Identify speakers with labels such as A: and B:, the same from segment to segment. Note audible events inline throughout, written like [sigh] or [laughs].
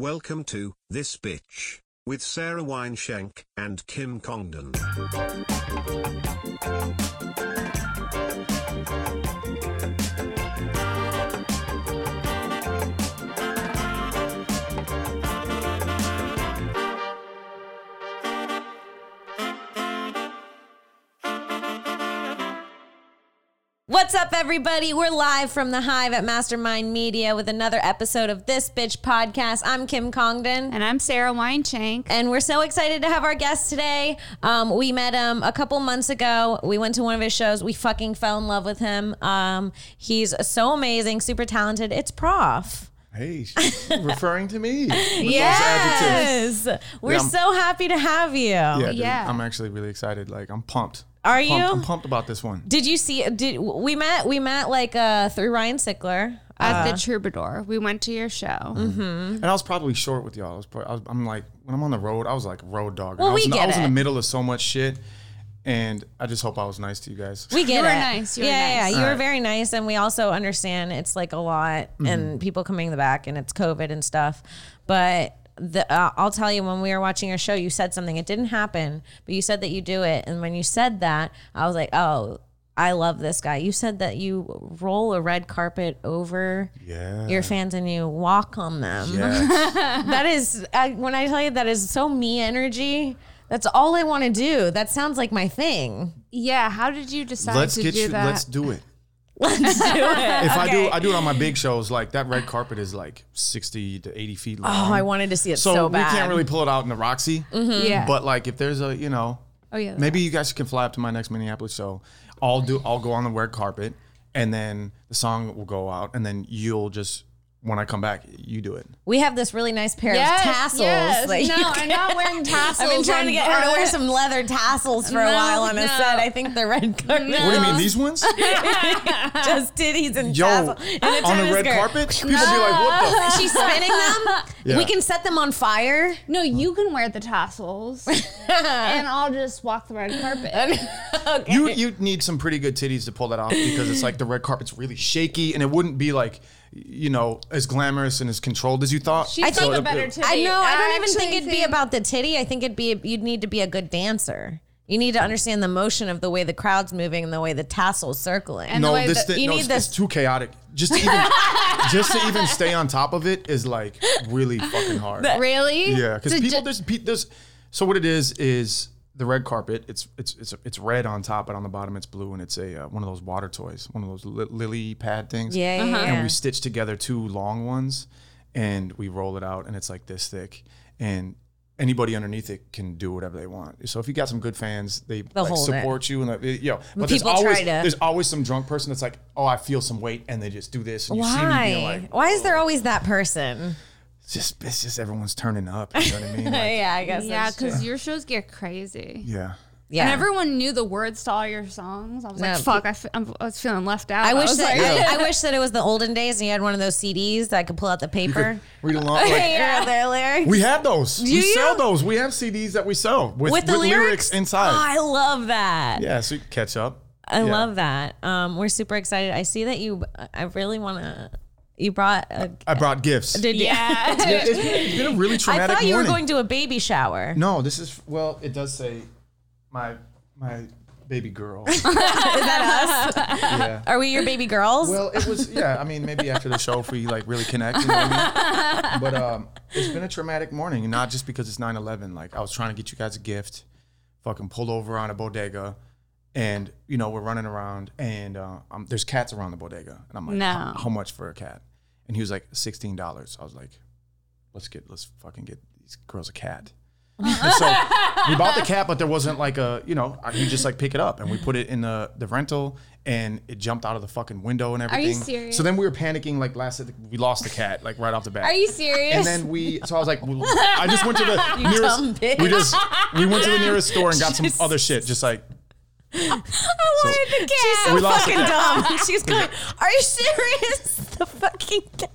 A: Welcome to This Bitch with Sarah Wineshank and Kim Congdon.
B: What's up, everybody? We're live from the Hive at Mastermind Media with another episode of This Bitch Podcast. I'm Kim Congdon.
C: And I'm Sarah Wineshank.
B: And we're so excited to have our guest today. Um, we met him a couple months ago. We went to one of his shows. We fucking fell in love with him. Um, he's so amazing, super talented. It's Prof.
D: Hey, she's
B: [laughs]
D: referring to me. with those adjectives.
B: Yes, we're
D: Yeah, I'm-
B: so happy to have you.
D: Yeah, dude,
C: Yeah.
D: I'm actually really excited. Like, I'm pumped.
B: Oh, Are
D: Pumped.
B: you?
D: I'm pumped about this one.
B: Did you see? Did we met? We met like uh, through Ryan Sickler.
C: At
D: Uh-huh.
C: the Troubadour, we went to your show.
D: Mm.
B: Mm.
D: And I was probably short with y'all. I was, pro- I was, I'm like, when I'm on the road, I was like road dog.
B: Well,
D: I was,
B: we
D: in, the-
B: get
D: I was in
B: it.
D: the middle of so much shit, and I just hope I was nice to you guys.
B: We get
C: were
B: it.
C: nice. You were
B: yeah, yeah,
C: nice.
B: yeah. You were
D: Alright.
B: very nice, and we also understand it's like a lot,
D: Mm-hmm.
B: and people coming in the back, and it's COVID and stuff. But the, uh, I'll tell you, when we were watching your show, you said something. It didn't happen, but you said that you do it, and when you said that, I was like, oh. I love this guy. You said that you roll a red carpet over
D: Yeah.
B: your fans and you walk on them.
C: [laughs]
D: Yes.
B: That is, I, when I tell you that is so me energy, that's all I want to do. That sounds like my thing.
C: Yeah, how did you decide
D: let's
C: to
D: get
C: do
D: you.
C: that?
D: Let's
B: [laughs]
D: do it. [laughs] If I do, I do it on my big shows. Like that red carpet is like 60 to 80 feet long.
B: Oh, I wanted to see it so,
D: so,
B: bad. Mm-hmm.
D: we can't really pull it out in the Roxy.
C: yeah.
D: But like, if there's a, you know,
C: oh yeah.
D: Maybe you guys can fly up to my next Minneapolis show. I'll do. I'll go on the red carpet, and then the song will go out, and then you'll just when I come back, you do it.
B: We have this really nice pair
C: Yes,
B: of tassels.
C: yes.
B: that you
C: No, I'm not wearing
B: [laughs] I've been
C: tassels.
B: trying to
C: I'm
B: get her to
C: not-
B: wear some leather tassels for a
C: No,
B: while on a
C: no.
B: set. I think the red carpet
D: What do you
C: Uh,
D: mean
C: [laughs]
D: these ones?
B: [laughs] just titties and
D: Yo, on
B: tassels
D: [laughs]
B: and a
D: the
B: tennis
D: red
B: skirt.
D: [laughs] carpet, people be like, "What the?" F-?
B: She's spinning [laughs] them.
D: Yeah.
B: We can set them on fire.
C: no, you can wear the
B: [laughs]
C: tassels, and I'll just walk the red carpet. [laughs]
B: okay.
D: You you need some pretty good titties to pull that off because it's like the red carpet's really shaky, and it wouldn't be like you know as glamorous and as controlled as you thought.
C: She's
B: think
C: got
D: the-
C: a better titty.
B: I know. I don't even
C: actually
B: think it'd be about the titty. I think it'd be you'd need to be a good dancer. You need to understand the motion of the way the crowd's moving and the way the tassel's circling.
C: And-
D: no,
C: the way
D: this
C: that-
D: thi-
B: you
D: no,
B: need
D: it's,
B: this-
D: it's too chaotic.
C: [laughs]
D: Just to even just to even stay on top of it is like really fucking hard.
C: Really?
D: Yeah, because
C: To
D: people
C: ju-
D: there's pe- there's so what it is is the red carpet. It's it's it's it's red on top, and on the bottom it's blue, and it's a uh, one of those water toys, one of those li- lily pad things.
B: yeah, yeah,
D: And
B: yeah.
D: we stitch together two long ones, and we roll it out, and it's like this thick, and anybody underneath it can do whatever they want. So if you got some good fans, they like,
B: hold it.
D: support you, and like, they- yo. But there's
B: People try
D: always
B: to-
D: there's always some drunk person that's like, oh, I feel some weight, and they just do this, and you see me being
B: Why?
D: like,
B: Why is there always that person?
D: it's just it's just everyone's turning up. You know what I
B: [laughs]
D: mean? Like,
B: Yeah, I guess.
C: Yeah, because your shows get crazy.
D: yeah.
B: yeah.
C: And everyone knew the words to all your songs. I was
B: No,
C: like, fuck, I, f- I'm, I was feeling left out.
B: I wish
C: was
B: that
C: like,
B: I, I wish that it was the olden days and you had one of those CDs that I could pull out the paper.
D: [laughs] Read along. Like,
B: Yeah, their lyrics.
D: We have those. we
B: you?
D: sell those. We have CDs that we sell with,
B: with the lyrics?
D: inside.
B: Oh, I love that.
D: yeah, so you can catch up.
B: I
D: Yeah.
B: love that. Um, we're super excited. I see that you. I really want to. You brought. A,
D: I brought gifts.
B: did you-
D: [laughs]
C: yeah.
D: It's been,
B: [laughs]
D: it's been a really
B: I
D: traumatic
B: thought you were
D: morning.
B: going to a baby [laughs] shower.
D: no, this is well. It does say my my baby [laughs] girl.
B: Is that us?
D: yeah.
B: Are we your baby girls?
D: Well, it was yeah. I mean, maybe after the show, if we like really connect. You know what I mean? But um, it's been a traumatic morning, and not just because it's 9/11. Like I was trying to get you guys a gift, fucking pulled over on a bodega, and you know we're running around, and uh, um, there's cats around the bodega, and I'm like,
C: No.
D: "How- how much for a cat? And he was like, sixteen dollars. I was like, let's get let's fucking get these girls a cat. And so
B: [laughs]
D: we bought the cat, but there wasn't like a you know you just like pick it up and we put it in the the rental and it jumped out of the fucking window and everything.
C: you serious?
D: So then we were panicking like last we lost the cat like right off the
C: [laughs]
D: bat.
C: Are you serious?
D: And then we so I was like well, I just went
B: [laughs]
D: to the nearest
B: dumb bitch.
D: we just we went to the nearest store and got some
B: Jesus.
D: other shit just like
B: I wanted the cat. She's so
D: We lost the
B: fucking
D: cat.
B: dumb. [laughs] She's going, Are you serious? [laughs] The fucking cat.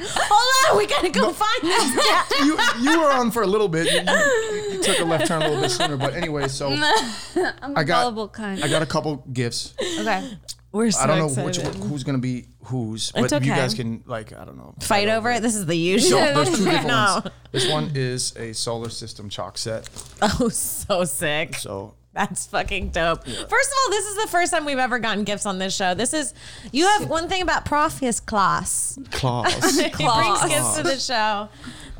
B: Hold on, we gotta go find this cat.
D: you you were on for a little bit. You, you- you took a left turn a
B: [laughs]
D: little bit sooner, but anyway, so I got
C: Gullible cunt.
D: I got a couple gifts.
C: okay.
B: [laughs] We're so
D: I don't know
B: excited.
D: which who's gonna be whose, but
B: It's
D: you
B: okay.
D: guys can like I don't know
B: Fight over it. This is the usual.
D: So there's two different
B: no.
D: ones. This one is a solar system chalk set.
B: [laughs] Oh, so sick.
D: So
B: That's fucking dope. First of all, this is the first time we've ever gotten gifts on this show. This is you have one thing about Prof his class.
D: claws.
B: [laughs] He brings gifts to the show.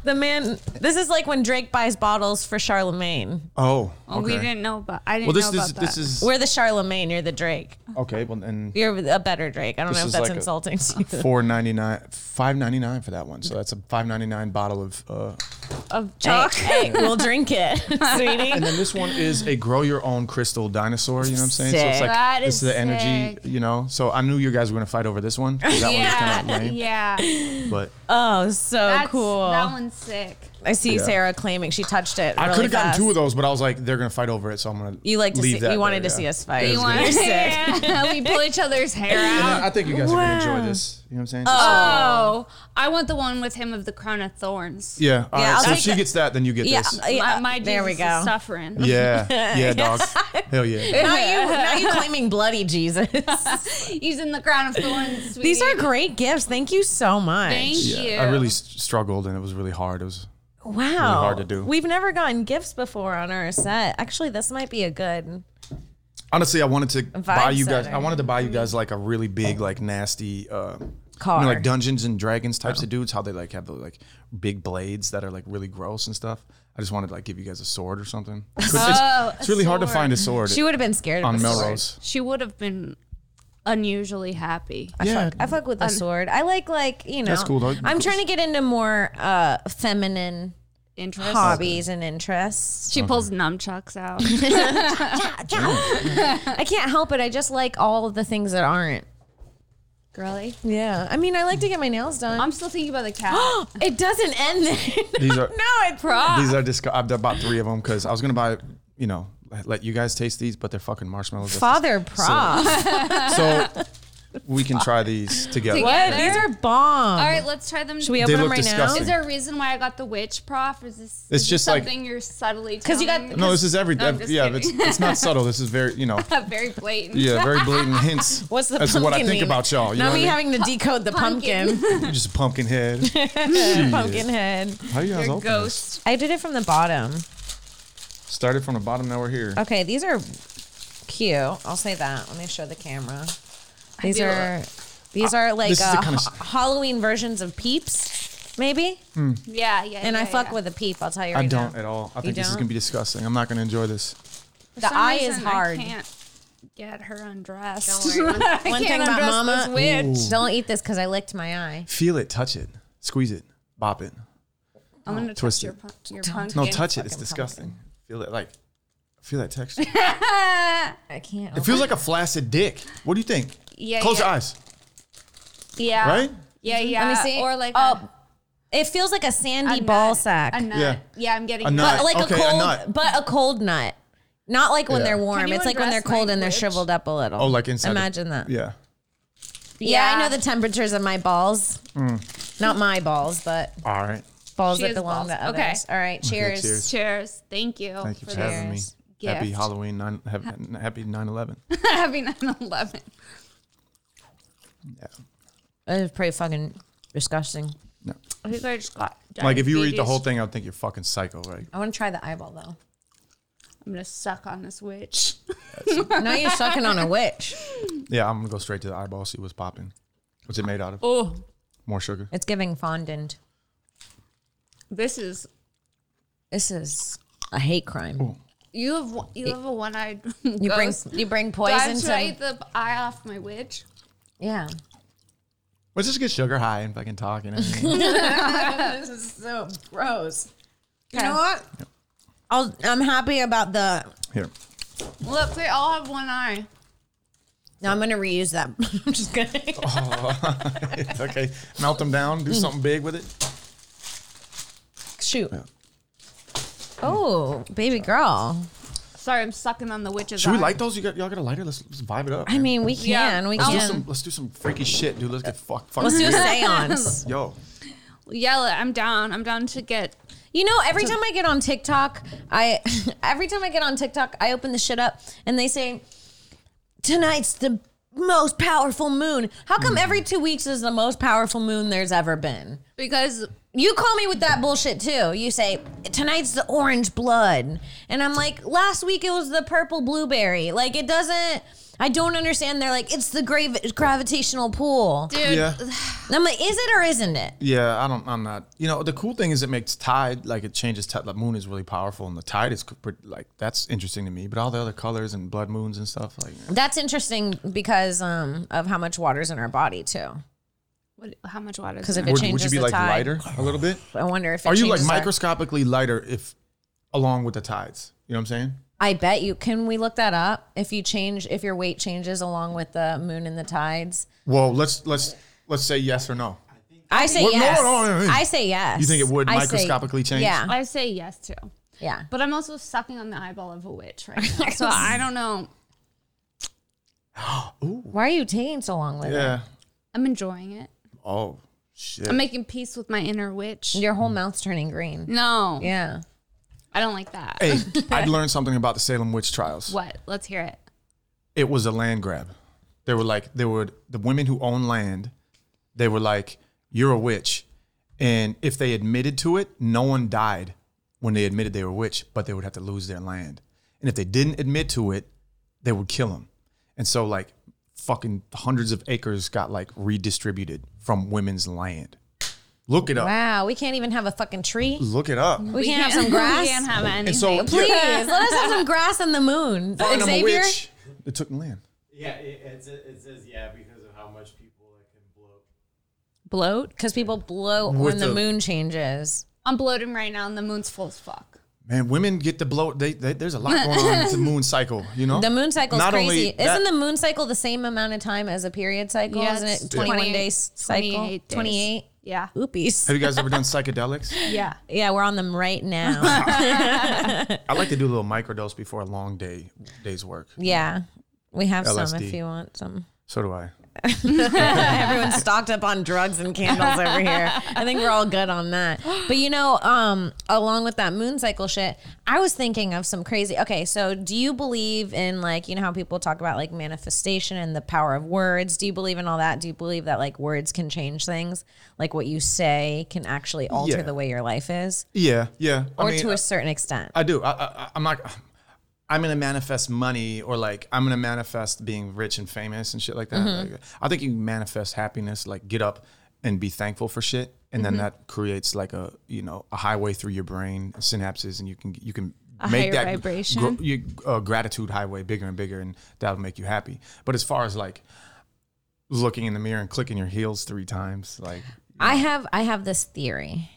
B: The man. This is like when Drake buys bottles for Charlemagne.
D: [laughs] oh,
E: Oh, we
D: okay.
E: didn't know about. I didn't
D: Well, this
E: know
D: this
E: about
D: this
E: that.
D: is
B: We're the Charlemagne. You're the Drake.
D: okay. Well, then
B: You're a better Drake. I don't know
D: This
B: if
D: is
B: that's
D: like a-
B: insulting
D: [laughs]
B: to you.
D: four ninety nine, five ninety nine for that one. So that's a five ninety nine bottle of. Uh,
E: of
B: Chalk.
E: chalk.
B: Hey, we'll drink [laughs] it, sweetie.
D: and this one is a grow your own crystal dinosaur. You know what I'm saying? So it's
B: Sick.
D: like
E: That
D: this
E: is
D: is the energy.
E: sick.
D: You know. So I knew you guys were gonna fight over this one. 'cause That one's kind of lame.
E: Yeah.
D: But
B: Oh, so
E: That's,
B: cool.
E: That one's sick.
B: I see
D: Yeah.
B: Sarah claiming she touched it.
D: I
B: really
D: could have gotten
B: fast.
D: two of those, but I was like, they're gonna fight over it, so I'm gonna.
B: You like to
D: leave
B: see?
D: that
B: You wanted
D: there,
B: to
D: yeah.
B: see us fight.
D: Yeah, it
E: You
D: was
E: want
D: good.
B: You're sick.
E: [laughs] yeah. we pull each other's hair
D: I
E: out.
D: think you guys are gonna enjoy
B: Wow.
D: this. You know what I'm saying?
E: Oh, I want the one with him of the crown of thorns.
D: Yeah. All right.
B: I'll
D: so if
B: take
D: she
B: the-
D: gets that, then you get
B: Yeah,
D: this.
B: yeah,
E: My, my
B: there we
E: Jesus is
B: go.
E: suffering. [laughs]
D: Yeah. Yeah, dog. Hell
B: [laughs]
D: yeah.
B: Now you, now
E: [laughs]
B: you claiming bloody Jesus.
E: Using the crown of thorns.
B: [laughs] These are
E: sweetie.
B: great gifts. Thank you so much.
E: Thank you.
D: I really s- struggled, and it was really hard. It was.
B: wow.
D: hard to do.
B: We've never gotten gifts before on our set. Actually, this might be a good.
D: Honestly, I wanted to buy you guys.
B: setter.
D: I wanted to buy you guys like a really big, like nasty, uh,
B: Car.
D: you know, like Dungeons and Dragons types of dudes. How they like have the like big blades that are like really gross and stuff. I just wanted to like give you guys a sword or something. It's, it's-
E: Oh,
D: it's
E: a
D: really hard to
E: sword.
D: find a sword
B: She would have been scared of
D: on
B: a sword.
D: Melrose.
E: She would have been unusually happy.
D: Yeah,
B: I fuck with a sword. I like like you know.
D: That's cool, though.
B: I'm trying to get into more uh, feminine
E: Interest.
B: hobbies and interests. [laughs]
E: She pulls nunchucks out.
B: I can't help it. I just like all of the things that aren't.
E: really?
B: Yeah. I mean, I like to get my nails done.
E: I'm still thinking about the cat.
B: [gasps] it doesn't end there.
D: These
B: [laughs]
D: are-
B: no, it's
D: These are disc- I've bought three of them because I was gonna buy, you know, let you guys taste these, but they're fucking marshmallows.
B: Father prop.
D: So we can try these together.
B: What? These are bomb.
E: All right, let's try them.
B: Should we
D: They
B: open them
D: look
B: right
D: disgusting.
B: now?
E: Is there a reason why I got the witch prof? Is this,
D: It's
E: is
D: just
E: this
D: like-
E: something you're subtly
B: Because you got-
E: telling me?
D: No, this is every.
E: No, I'm just
D: yeah, it's,
E: kidding.
D: it's not subtle. This is very,
B: [laughs]
D: you know,
E: very blatant.
D: yeah, very blatant hints.
B: What's the
D: That's
B: pumpkin?
D: what I think
B: mean?
D: about y'all. You
B: Now
D: know what
B: me
D: I
B: having to decode the pumpkin.
E: Pumpkin.
D: mean? Just a pumpkin head.
B: [laughs] pumpkin head.
D: How you guys
E: Your
D: open this?
E: ghost.
B: I did it from the bottom.
D: Started from the bottom. Now we're here.
B: Okay, these are cute. I'll say that. Let me show the camera. These
E: do.
B: are these are like
D: this is the
B: uh,
D: kind of
B: ha- Halloween versions of peeps, maybe.
E: Yeah, yeah.
B: And I
E: yeah,
B: fuck
E: yeah.
B: with a peep. I'll tell you right
D: Hmm. I don't
B: now.
D: at all. I think this is
B: don't?
D: gonna be disgusting. I'm not gonna enjoy this.
E: For
B: the
E: some
B: eye is
E: reason, I
B: hard.
E: can't get her undressed. [laughs]
B: Don't worry. One-
E: I
B: one
E: can't
B: thing about
E: undress
B: mama-
E: this witch.
B: Don't eat this because I licked my eye.
D: Feel it, touch it, squeeze it, bop it.
E: I'm gonna
D: Twist
E: twist your
D: it.
E: pu- your pumpkin.
D: No, touch it. It's
B: fucking
D: disgusting. Feel it, like, feel that texture.
B: I can't.
D: It feels like a flaccid dick. What do you think?
E: Yeah,
D: Close
E: yeah.
D: your eyes.
E: Yeah.
D: Right?
E: Yeah, yeah.
B: Let me see.
E: Or like
B: oh,
E: a,
B: it feels like a sandy
E: a nut.
B: ball sack,
E: A nut.
D: Yeah.
E: Yeah. I'm getting
D: A
E: that.
D: nut.
B: but like
D: Okay,
B: a
D: a
B: cold,
D: nut.
B: but a cold nut. Not like when
D: Yeah.
B: they're
E: Can
B: warm.
E: you
B: It's like when they're
E: address
B: cold and they're
E: language?
B: shriveled up a little.
D: Oh, like inside. the-
B: Imagine that. Yeah.
D: Yeah.
B: I know the temperatures of my balls. Not my balls, but
D: All right.
B: balls
E: She
B: that
E: has
B: belong
E: balls.
B: to others.
E: Okay.
B: All right. Cheers.
D: cheers.
E: Cheers. Thank you.
D: Thank you for
E: this.
D: having me.
E: gift.
D: Happy Halloween. Nine, have,
B: [laughs]
D: happy 9/11.
E: [laughs] Happy 9/11.
D: Yeah.
B: It was pretty fucking disgusting.
D: No.
E: I think I just got
D: Like if you eat the
E: diabetes.
D: whole thing, I'd think you're fucking psycho, right?
B: I want to try the eyeball
E: [laughs]
B: though.
E: I'm gonna suck on this witch.
B: now you're sucking on a witch.
D: Yeah, I'm gonna go straight to the eyeball. See what's popping. What's it made out of?
E: Oh,
D: More sugar.
B: It's giving fondant.
E: this is
B: This is a hate crime.
E: you have one- you have a one-eyed. [laughs]
B: You bring
E: ghost.
B: you bring
E: Do I-
B: poison
E: should I
B: to
E: eat the eye off my witch?
B: yeah.
D: Let's just get sugar high and fucking talk and everything.
B: [laughs] This is so gross. You
E: Okay.
B: know what? I'll, I'm happy about the.
D: Here. [laughs]
E: Look, they all have one eye.
B: No, I'm gonna reuse that. [laughs] I'm just kidding.
D: Oh. It's okay. Melt them down. Do something big with it.
B: Shoot. Oh, baby girl.
E: Sorry, I'm sucking on the witch's
D: Should we
E: eye.
D: light those? You got y'all got a lighter? Let's, let's vibe it up.
B: I mean, we can. We
E: Let's
D: let's
B: can.
D: do some let's do some freaky shit, dude. Let's get fuck fuck
B: Let's do a
D: [laughs] weird.
B: seance.
D: Yo.
E: Yeah, like, I'm down. I'm down to get.
B: You know, every time I get on TikTok, I [laughs] every time I get on TikTok, I open the shit up and they say, "Tonight's the most powerful moon. How come every two weeks is the most powerful moon there's ever been?
E: because
B: You call me with that bullshit too. You say tonight's the orange blood, and I'm like, last week it was the purple blueberry. Like it doesn't. I don't understand. They're like, it's the grave gravitational pull.
E: dude,
D: Yeah.
B: And I'm like, is it or isn't it?
D: Yeah, I don't. I'm not. You know, the cool thing is it makes tide like it changes. Tide, the moon is really powerful, and the tide is co- pretty, like that's interesting to me. But all the other colors and blood moons and stuff like
B: That's interesting because um, of how much water's in our body too.
E: what, how much water? is
B: Because
E: in
B: if
E: it?
B: it
D: would, would
B: changes
D: you be
B: the
D: like
B: tide,
D: lighter a little bit?
B: I wonder if it
D: Are you like
B: changes our-
D: microscopically lighter if along with the tides? You know what I'm saying?
B: I bet you. Can we look that up? If you change, if your weight changes along with the moon and the tides,
D: Well, let's let's let's say yes or no.
B: I say
D: Well, no,
B: yes.
D: no, no, no.
B: I say yes.
D: You think it would
B: I say-
D: microscopically change?
B: Yeah,
C: I say yes too.
B: yeah.
E: But I'm also sucking on the eyeball of a witch right
B: [laughs]
E: now, so I don't know.
B: Why are you taking so long with it?
D: Yeah.
E: I'm enjoying it.
D: Oh shit.
E: I'm making peace with my inner witch.
B: Your whole mouth's turning green.
E: No,
B: Yeah.
E: I don't like that.
D: hey, I'd learned something about the Salem witch trials.
E: What? Let's hear it.
D: it was a land grab. They were like, they were the women who owned land. They were like, you're a witch, and if they admitted to it, no one died when they admitted they were a witch, but they would have to lose their land. And if they didn't admit to it, they would kill them. And so, like, fucking hundreds of acres got like redistributed from women's land. Look it up.
B: Wow. We can't even have a fucking tree.
D: Look it up.
B: We, can't, have some
D: [laughs]
B: grass.
E: [laughs] we can't have any.
D: And so, [laughs]
B: Please let us have some grass in the moon.
D: I'm a
B: Xavier.
D: witch. They took land.
F: Yeah, it, it's, it says yeah because of how much people like, can bloat.
B: Bloat because people bloat
D: With
B: when the,
D: the-
B: moon changes.
E: I'm bloating right now, and the moon's full as fuck.
D: Man, women get the blow. They, they there's a lot going on
B: [laughs]
D: with the moon cycle. You know,
B: The moon cycle is
D: Not only
B: crazy.
D: that-
B: Isn't the moon cycle the same amount of time as a period cycle?
E: Yeah, it's
B: Isn't it 21
E: 28
B: days cycle?
E: 28 days.
B: 28?
E: Yeah.
B: Oopies.
D: Have you guys
B: [laughs]
D: ever done psychedelics?
E: Yeah.
B: Yeah, we're on them right
D: [laughs]
B: now.
D: I like to do a little microdose before a long day day's work.
B: yeah. We have some
D: LSD.
B: if you want some.
D: So do I.
B: [laughs] Everyone's stocked up on drugs and candles over here. I think we're all good on that. But you know, um, along with that moon cycle shit, I was thinking of some crazy. Okay, so do you believe in like you know how people talk about like manifestation and the power of words? Do you believe in all that? Do you believe that like words can change things? Like what you say can actually alter
D: Yeah.
B: the way your life is,
D: Yeah, yeah.
B: or
D: I mean, uh,
B: to
D: I
B: a certain extent.
D: I do. I, I, I'm not. I'm gonna manifest money, or like I'm gonna manifest being rich and famous and shit like that.
E: Mm-hmm.
D: Like, I think you manifest happiness. Like get up and be thankful for shit, and
E: Mm-hmm.
D: then that creates like a you know a highway through your brain synapses, and you can you can make
E: higher
D: that
E: vibration.
D: gro- you, uh, gratitude highway bigger and bigger, and that'll make you happy. But as far as like looking in the mirror and clicking your heels three times, like
B: I have I have this theory.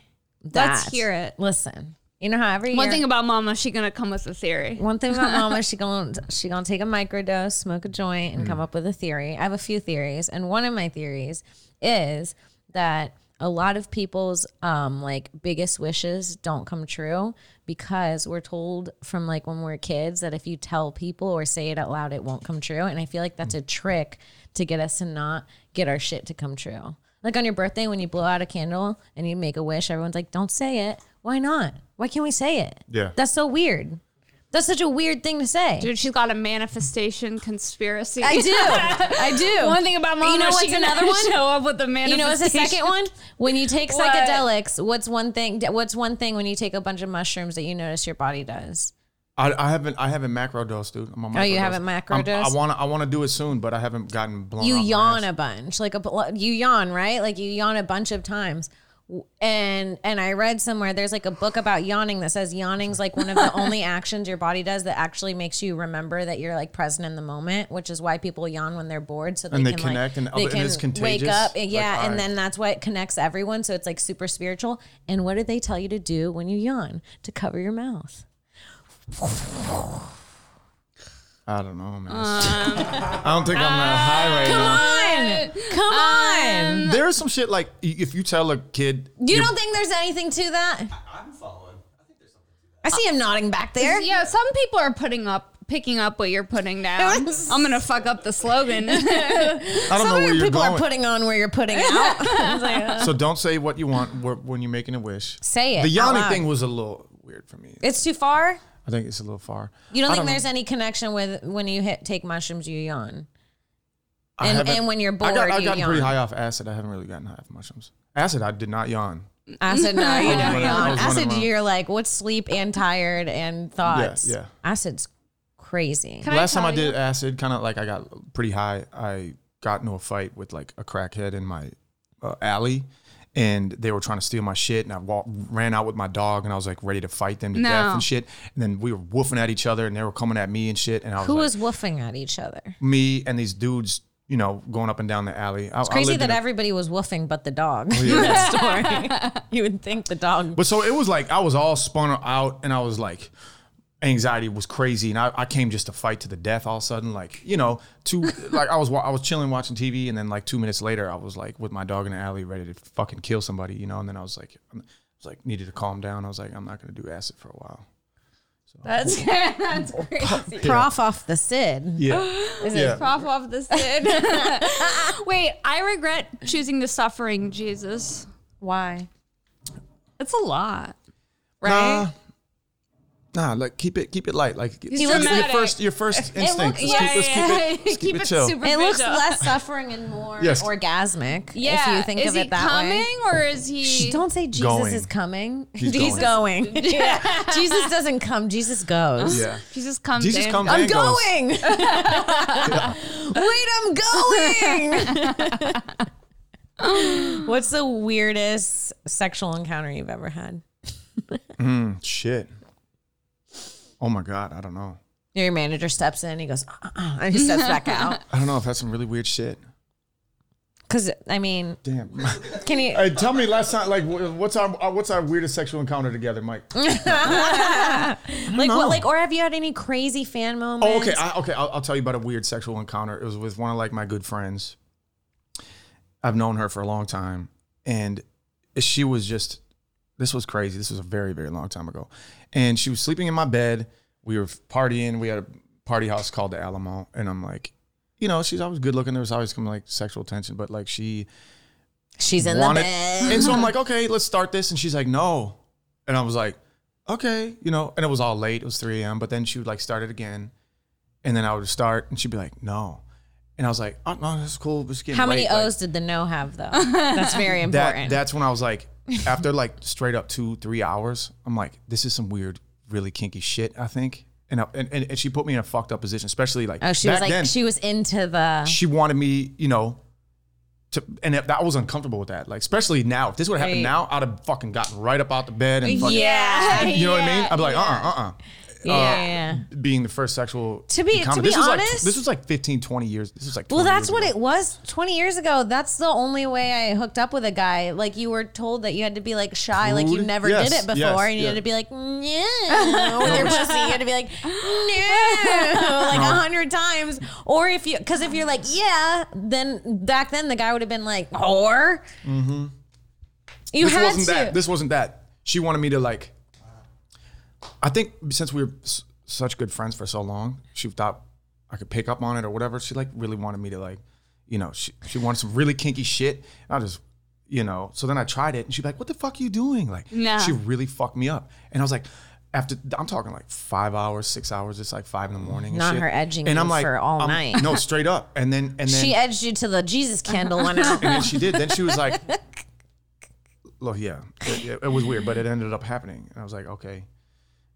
E: Let's
B: that-
E: hear it.
B: Listen, you know how every
E: One
B: year-
E: thing about Mama, she gonna come with a theory.
B: One thing about mama, she gonna she gonna take a microdose, smoke a joint, and come up with a theory. I have a few theories, and one of my theories is that a lot of people's um like biggest wishes don't come true because we're told from like when we're kids that if you tell people or say it out loud, it won't come true. And I feel like that's a trick to get us to not get our shit to come true. Like on your birthday, when you blow out a candle and you make a wish, everyone's like, "Don't say it." Why not? Why can't we say it?
D: Yeah.
B: that's so weird. That's such a weird thing to say.
E: Dude, she's got a manifestation conspiracy.
B: I
E: [laughs]
B: do. I do.
E: One thing about Mama,
B: You know
E: she
B: what's
E: gonna
B: another one?
E: Show up with the
B: You
E: manifestation.
B: know what's the second one? When you take
E: What?
B: psychedelics, what's one thing what's one thing when you take a bunch of mushrooms that you notice your body does?
D: I, I haven't I haven't macro dose, dude. I'm on
B: Oh, you
D: microdose.
B: haven't macrodosed?
D: I'm- I want to I want to do it soon, but I haven't gotten blown.
B: You
D: off my
B: yawn
D: ass.
B: a bunch. Like a bl- you yawn, right? Like you yawn a bunch of times. W- And and I read somewhere there's like a book about yawning that says yawning's like one of the
D: [laughs]
B: only actions your body does that actually makes you remember that you're like present in the moment, which is why people yawn when they're bored so they,
D: And they
B: can
D: connect and
B: like,
D: other- and it's
B: wake
D: contagious.
B: up,
D: Like,
B: yeah,
D: I-
B: and then that's why it connects everyone. So it's like super spiritual. And what did they tell you to do when you yawn? To cover your mouth.
D: I don't know, man. [laughs] I don't think I'm
B: Uh.
D: that high right now.
B: Come on, come on.
D: There's some shit like i- if you tell
B: [laughs]
D: a kid,
B: You don't think there's anything to that?
F: I'm following. I think there's something to
B: I see him nodding back there.
E: Yeah, some people are putting up, picking up what you're
B: [laughs]
E: putting down. I'm gonna fuck up the slogan. [laughs]
D: I don't know where
B: Some
D: you're
B: people
D: going.
B: are putting on where you're putting out.
D: so don't say what you want wh- when you're making a wish.
B: Say it
D: The
B: out
D: yawning
B: loud.
D: thing was a little weird for me.
B: it's too far.
D: I think it's a little far.
B: You don't
D: I
B: think there's
D: know.
B: any connection with when you hit take mushrooms, you yawn?
D: I
B: And-
D: haven't-
B: and when you're bored,
D: I got, I've
B: you
D: gotten pretty
B: yawn.
D: high off acid. I haven't really gotten high off mushrooms. Acid, I did not yawn.
B: Acid,
D: [laughs]
B: no, you don't.
D: one of- I was one of
B: Acid,
D: them.
B: you're like, what's sleep and tired and thoughts?
D: yeah.
B: Acid's crazy.
C: Can
D: Last time I
C: tell you?
D: did acid, kind of like I got pretty high. I got into a fight with like a crackhead in my uh, alley, and they were trying to steal my shit. And I walked, ran out with my dog, and I was like ready to fight them to death
E: No.
D: and shit. And then we were woofing at each other, and they were coming at me and shit. And I was
B: Who
D: like,
B: was woofing at each other?
D: me and these dudes, you know, going up and down the alley. I, I
B: Crazy
D: lived in
B: that
D: a-
B: everybody was woofing but the dog. [laughs]
D: Oh,
B: in that story. You would think the dog.
D: But so it was like I was all spun out, and I was like, anxiety was crazy, and I, I came just to fight to the death. All of a sudden, like you know, two like I was wa- I was chilling watching TV, and then like two minutes later, I was like with my dog in the alley, ready to fucking kill somebody, you know. And then I was like, um, I was like needed to calm down. I was like, I'm not gonna do acid for a while.
C: That's that's crazy.
B: Prof off the Sid.
D: Yeah,
C: This
D: Yeah.
C: is prop off the Sid.
E: [laughs] Wait, I regret choosing the suffering Jesus.
B: Why?
E: It's a lot, right?
D: nah, like keep it keep it light. Like
E: He's dramatic.
D: your first your first instinct.
B: looks-
D: Let's
B: yeah,
D: keep, let's keep it let's keep, it chill.
E: super
B: It looks
E: visual.
B: less suffering and more
D: Yes.
B: orgasmic.
E: Yeah,
B: If you think
E: is
B: of
E: he
B: it that
E: coming
B: way.
E: or is he?
B: Shh, Don't say Jesus
D: Going.
B: is coming. [laughs]
D: He's
B: going. Yeah. Jesus doesn't come. Jesus goes.
D: yeah.
E: [laughs]
D: [laughs]
E: Jesus comes.
D: Jesus
E: in.
D: comes
B: I'm
D: and goes.
B: going. Wait, [laughs] I'm going. [laughs] What's the weirdest sexual encounter you've ever had?
D: Shit. Oh my god, I don't know.
B: Your manager steps in, he goes, uh, uh, and he steps [laughs] back out.
D: I don't know if that's some really weird shit.
B: Because, I mean,
D: Damn. [laughs]
B: can you?
D: hey, tell me last time, like, wh- what's our uh, what's our weirdest sexual encounter together, Mike?
B: Like,
D: know.
B: what, like, or have you had any crazy fan moments?
D: [laughs] Oh, okay, I, okay. I'll, I'll tell you about a weird sexual encounter. It was with one of like my good friends. I've known her for a long time, and she was just. This was crazy. This was a very very long time ago, and she was sleeping in my bed. We were partying. We had a party house called the Alamo, and I'm like, you know, she's always good looking. There was always some like sexual tension, but like she
B: She's in
D: wanted-
B: the bed.
D: And so
B: [laughs]
D: I'm like, okay, let's start this. And she's like, no. And I was like, okay, you know, and it was all late. It was 3 a.m. But then she would like start it again. And then I would start and she'd be like, no. And I was like, oh, no, this is cool. But it's getting
B: How many
D: late. Like,
B: O's did the no have, though? That's very
D: [laughs] that,
B: important.
D: that's when I
B: [laughs]
D: was like, after like straight up two, three hours, I'm like, this is some weird, really kinky shit, I think. And, I, and, and, and she put me in a fucked up position, especially like
B: oh, she
D: back
B: was like,
D: then
B: she was into the.
D: she wanted me, you know, to, and if that I was uncomfortable with that. Like, especially now, if this would happen
B: Right.
D: now, I'd have fucking gotten right up out the bed and fucking, [laughs]
B: Yeah.
D: you know what I mean? I'd be like, uh uh, uh
B: Yeah.
D: uh. Being the first sexual.
B: To be-
D: encounter.
B: to be
D: this was like,
B: honest-
D: this was like 15, 20 years. This was like,
B: Well, that's what it was 20 years ago. That's the only way I hooked up with a guy. Like, you were told that you had to be like shy, like you
D: Rude?
B: never
D: Yes,
B: did it before.
D: yes,
B: and you
D: yeah.
B: had to be like, [laughs] no, with your pussy. You had to be like, no, like a hundred times. Or if you, because if you're like, yeah, then back then the guy would have been like, whore. Mm-hmm. You
D: This
B: had
D: wasn't
B: to.
D: that. This wasn't that. She wanted me to like. I think since we were s- such good friends for so long, she thought I could pick up on it or whatever. She like really wanted me to like, you know, she she wanted some really kinky shit. And I just, you know, so then I tried it and she'd be like, "What the fuck are you doing?" Like,
E: No.
D: she really fucked me up. And I was like, after I'm talking like five hours, six hours, it's like five in the morning. and
B: Not
D: shit.
B: her edging
D: and
B: you
D: I'm like,
B: for all
D: I'm-
B: night.
D: No, straight up. And then and then
B: she edged you to the Jesus candle went out.
D: and then she did. Then she
B: [laughs]
D: was like, "Look, yeah, it, it- it was weird, but it ended up happening." And I was like, "Okay."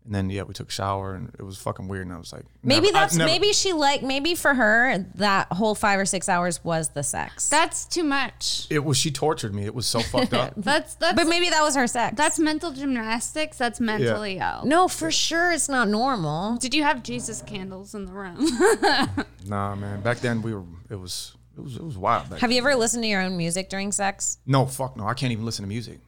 D: And then yeah, we took a shower, and it was fucking weird. And I was like,
B: Maybe
D: never- I
B: that's
D: never-
B: maybe she like maybe for her that whole five or six hours was the sex.
E: That's too much.
D: it was." She tortured me. It was so fucked up.
B: [laughs]
E: That's that's
B: but maybe that was her sex.
E: that's mental gymnastics. That's mentally out.
B: no, for sure it's not normal.
E: Did you have Jesus candles in the room?
D: nah, man. Back then we were. It was. It was. It was wild. Like,
B: Have you ever listened to your own music during sex?
D: no, fuck no. I can't even listen to music.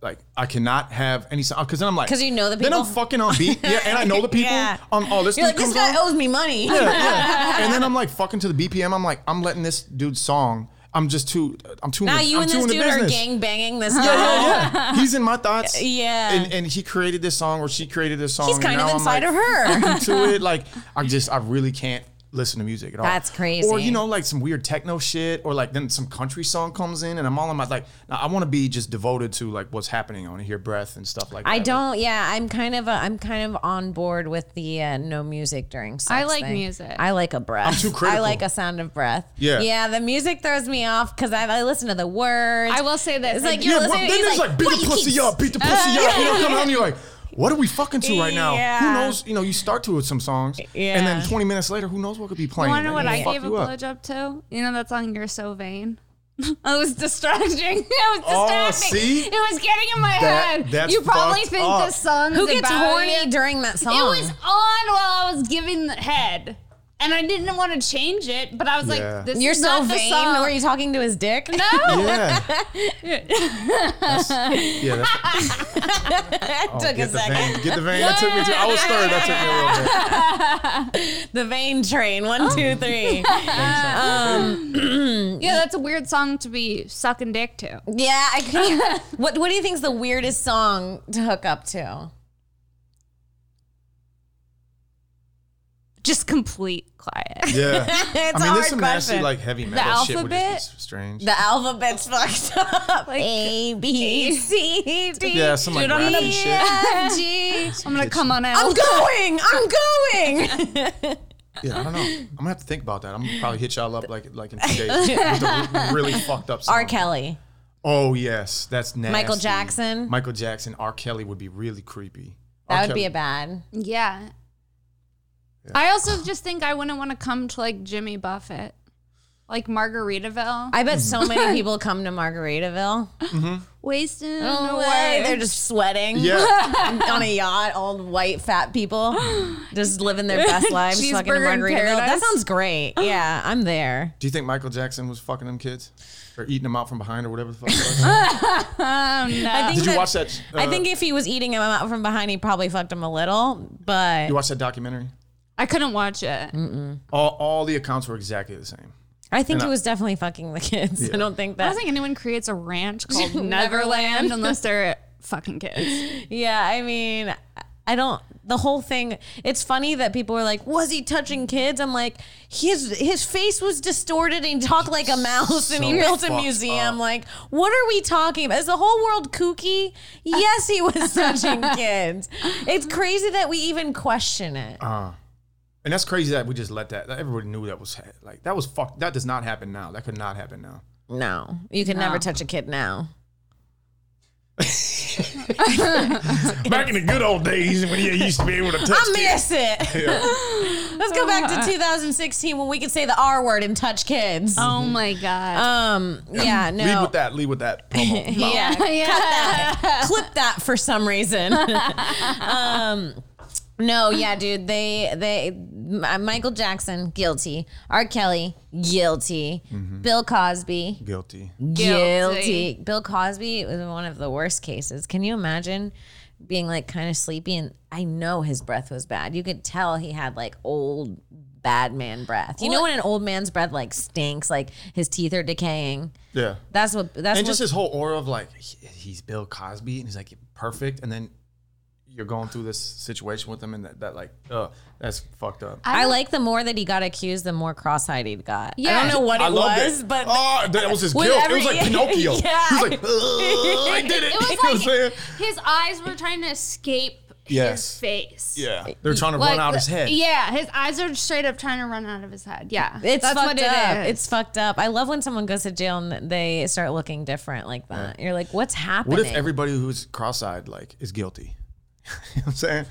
D: Like I cannot have any sound because then I'm like
B: 'Cause you know the
D: Then I'm
B: people.
D: fucking on
B: [laughs]
D: beat. Yeah, and I know the people.
B: Yeah.
D: Um, oh, this
B: You're
D: dude
B: like this
D: comes
B: guy
D: on.
B: owes me money.
D: yeah, yeah. And then I'm like fucking to the BPM. I'm like, I'm letting this dude's song. I'm just too. I'm
B: [laughs]
D: too.
B: Now
D: into-
B: you
D: I'm
B: and
D: too
B: this
D: into
B: dude are
D: business.
B: gang banging [laughs] this
D: Yeah,
B: girl.
D: yeah, [laughs] yeah. He's in my thoughts.
B: [laughs] Yeah.
D: And, and he created this song or she created this song.
B: He's
D: and
B: kind of
D: [laughs] now Oh, I'm,
B: inside [laughs]
D: like,
B: of her.
D: To it, like I just I really can't listen to music at all.
B: That's crazy.
D: Or you know, like some weird techno shit, or like then some country song comes in, and I'm all in my like, nah, I want to be just devoted to like what's happening. I want to hear breath and stuff like that.
B: I
D: Like,
B: don't. Yeah, I'm kind of. A, I'm kind of on board with the uh, no music during sex.
E: I like
B: thing.
E: music.
B: I like a breath. I'm
D: too
B: I
D: critical.
B: like a sound of breath.
D: Yeah.
B: Yeah. The music throws me off because I, [laughs] I listen to the words.
E: I will say that
B: It's like
E: you're
B: you're
D: [laughs] yeah, but
B: listening.
D: then
B: he's
D: it's like, beat
B: "What
D: the
B: you
D: pussy
B: keep
D: up, beat the pussy up. You know, come out and you're like, what are we fucking to right now?
B: Yeah.
D: Who knows? You know, you start to with some songs, and
B: Yeah.
D: then 20 minutes later, who knows what could be playing?
E: want to know
D: That
E: what
D: can
E: I
D: fuck
E: gave a
D: you up.
E: blowjob to? You know that song, You're So Vain? [laughs] I was distracting. [laughs] I was
D: Oh,
E: distracting.
D: see?
E: It was getting in my
D: That-
E: head.
D: that's
E: you probably
D: fucked
E: think
D: up.
E: the song
B: Who
E: is
B: gets
E: about
B: horny
E: you.
B: during that song?
E: It was on while I was giving the head. And I didn't want to change it, but I was
D: Yeah.
E: like, this
B: You're
E: is
B: so
E: not the
B: vain.
E: song.
B: Were you talking to his dick? No.
D: Yeah. That's- yeah. That's, oh,
B: Took
D: get
B: a
D: the
B: second.
D: vein. Get the vein. That took me to. I was stirred. That took me a little bit.
B: [laughs] The vein train. One, two, three.
E: Yeah, that's a weird song to be sucking dick to.
B: [laughs] yeah. I can't. [laughs] What What do you think's the weirdest song to hook up to?
E: Just complete quiet.
D: Yeah.
B: [laughs] It's
D: I
B: a
D: mean,
B: hard
D: there's some
B: question.
D: nasty like heavy metal shit would
E: alphabet?
D: just be s- strange.
B: The alphabet's [laughs] fucked up. A B C D.
D: yeah, some like
E: Dude, I'm
D: rappy
E: gonna-
D: shit.
B: F, G.
E: I'm gonna come on
B: I'm
E: out.
B: going. I'm going. [laughs]
D: Yeah, I don't know. I'm gonna have to think about that. I'm gonna probably hit y'all up like like in
B: [laughs]
D: two days with a re- really fucked up song.
B: R. Kelly.
D: Oh yes, that's nasty.
B: Michael Jackson.
D: Michael Jackson. R. Kelly would be really creepy. R.
B: That would
D: Kelly-
B: be a bad.
E: Yeah. I also just think I wouldn't want to come to like Jimmy Buffett, like Margaritaville.
B: I bet
D: [laughs]
B: so many people come to Margaritaville.
E: wasting
B: No
E: away.
B: way. They're just sweating [laughs]
D: Yeah,
B: on a yacht, old white fat
D: [gasps]
B: people, just living their best
D: [laughs]
B: lives. fucking in
E: Cheeseburger in
B: Margaritaville. That
E: paradise.
B: sounds
D: [gasps]
B: great. Yeah, I'm there.
D: do you think Michael Jackson was fucking them kids or eating them out from behind or whatever the fuck?
B: [laughs]
D: it was?
E: Oh,
B: I think
D: Did you
B: that-
D: watch that?
B: I
D: uh,
B: think if he was eating him out from behind, he probably fucked him a little, but
D: you watched that documentary.
E: I couldn't watch it.
B: Mm.
D: All all the accounts were exactly the same.
B: I think
D: And
B: he
D: I-
B: was definitely fucking the kids. I don't think
E: I
B: that.
E: don't think anyone creates
B: [laughs]
E: a ranch called
B: Neverland.
E: Neverland unless they're
B: [laughs]
E: fucking kids.
B: yeah, I mean, I don't. The whole thing. It's funny that people were like, "Was he touching kids?" I'm like, his his face was distorted and he talked like a mouse, and he
D: So
B: built a
D: fucked
B: museum.
D: up.
B: Like, what are we talking about? Is the whole world kooky? Yes, he
D: [laughs]
B: was touching kids. It's crazy that we even question it.
D: Uh, And that's crazy that we just let that. that everybody knew that was ha- like that was fucked. That does not happen now. That could not happen now.
B: [laughs] no, you can never touch a kid now.
D: Back in the good old days when you used to be able to touch.
B: [laughs] I miss it. [laughs] Let's go back
D: [laughs]
B: to 2016 when we could say the R word and touch kids.
D: Uh,
E: Oh my god.
B: Um. Yeah. No.
D: Lead with that. Lead with that. Promo.
B: [laughs] Yeah.
E: yeah.
B: clip that for some reason. um, no, yeah, dude. They they M- uh, Michael Jackson guilty. R. Kelly guilty.
D: Mm-hmm.
B: Bill Cosby
D: Guilty.
B: guilty.
E: Guilty.
B: Bill Cosby was one of the worst cases. Can you imagine? Being like kind of sleepy, and I know his breath was bad. You could tell he had like old bad man breath. You know when an old man's breath like stinks, like his teeth are decaying.
D: Yeah.
B: That's what. That's
D: and
B: what,
D: just his whole aura of like he- he's Bill Cosby and he's like perfect, and then you're going through this situation with him and that, that like uh, that's fucked up.
B: I like the more that he got accused, the more cross-eyed he got.
E: Yeah.
B: I don't know what it
D: loved
B: was, but
D: oh, that was his
B: With
D: guilt.
B: every-
D: it was like Pinocchio.
B: Yeah.
D: He was like, "Ugh, I
E: It
D: did it. [laughs] you know what I'm
E: was
D: saying?
E: like his eyes were trying to escape
D: Yes.
E: his face.
D: Yeah, they're trying to
E: Like,
D: run out his head.
E: Yeah, his eyes are straight up trying to run out of his head. Yeah.
B: it's
E: that's
B: fucked
E: what
B: up.
E: it is.
B: It's fucked up. I love when someone goes to jail and they start looking different like that. You're like, what's happening?
D: What if everybody who's cross-eyed like is guilty? [laughs] you know what I'm saying?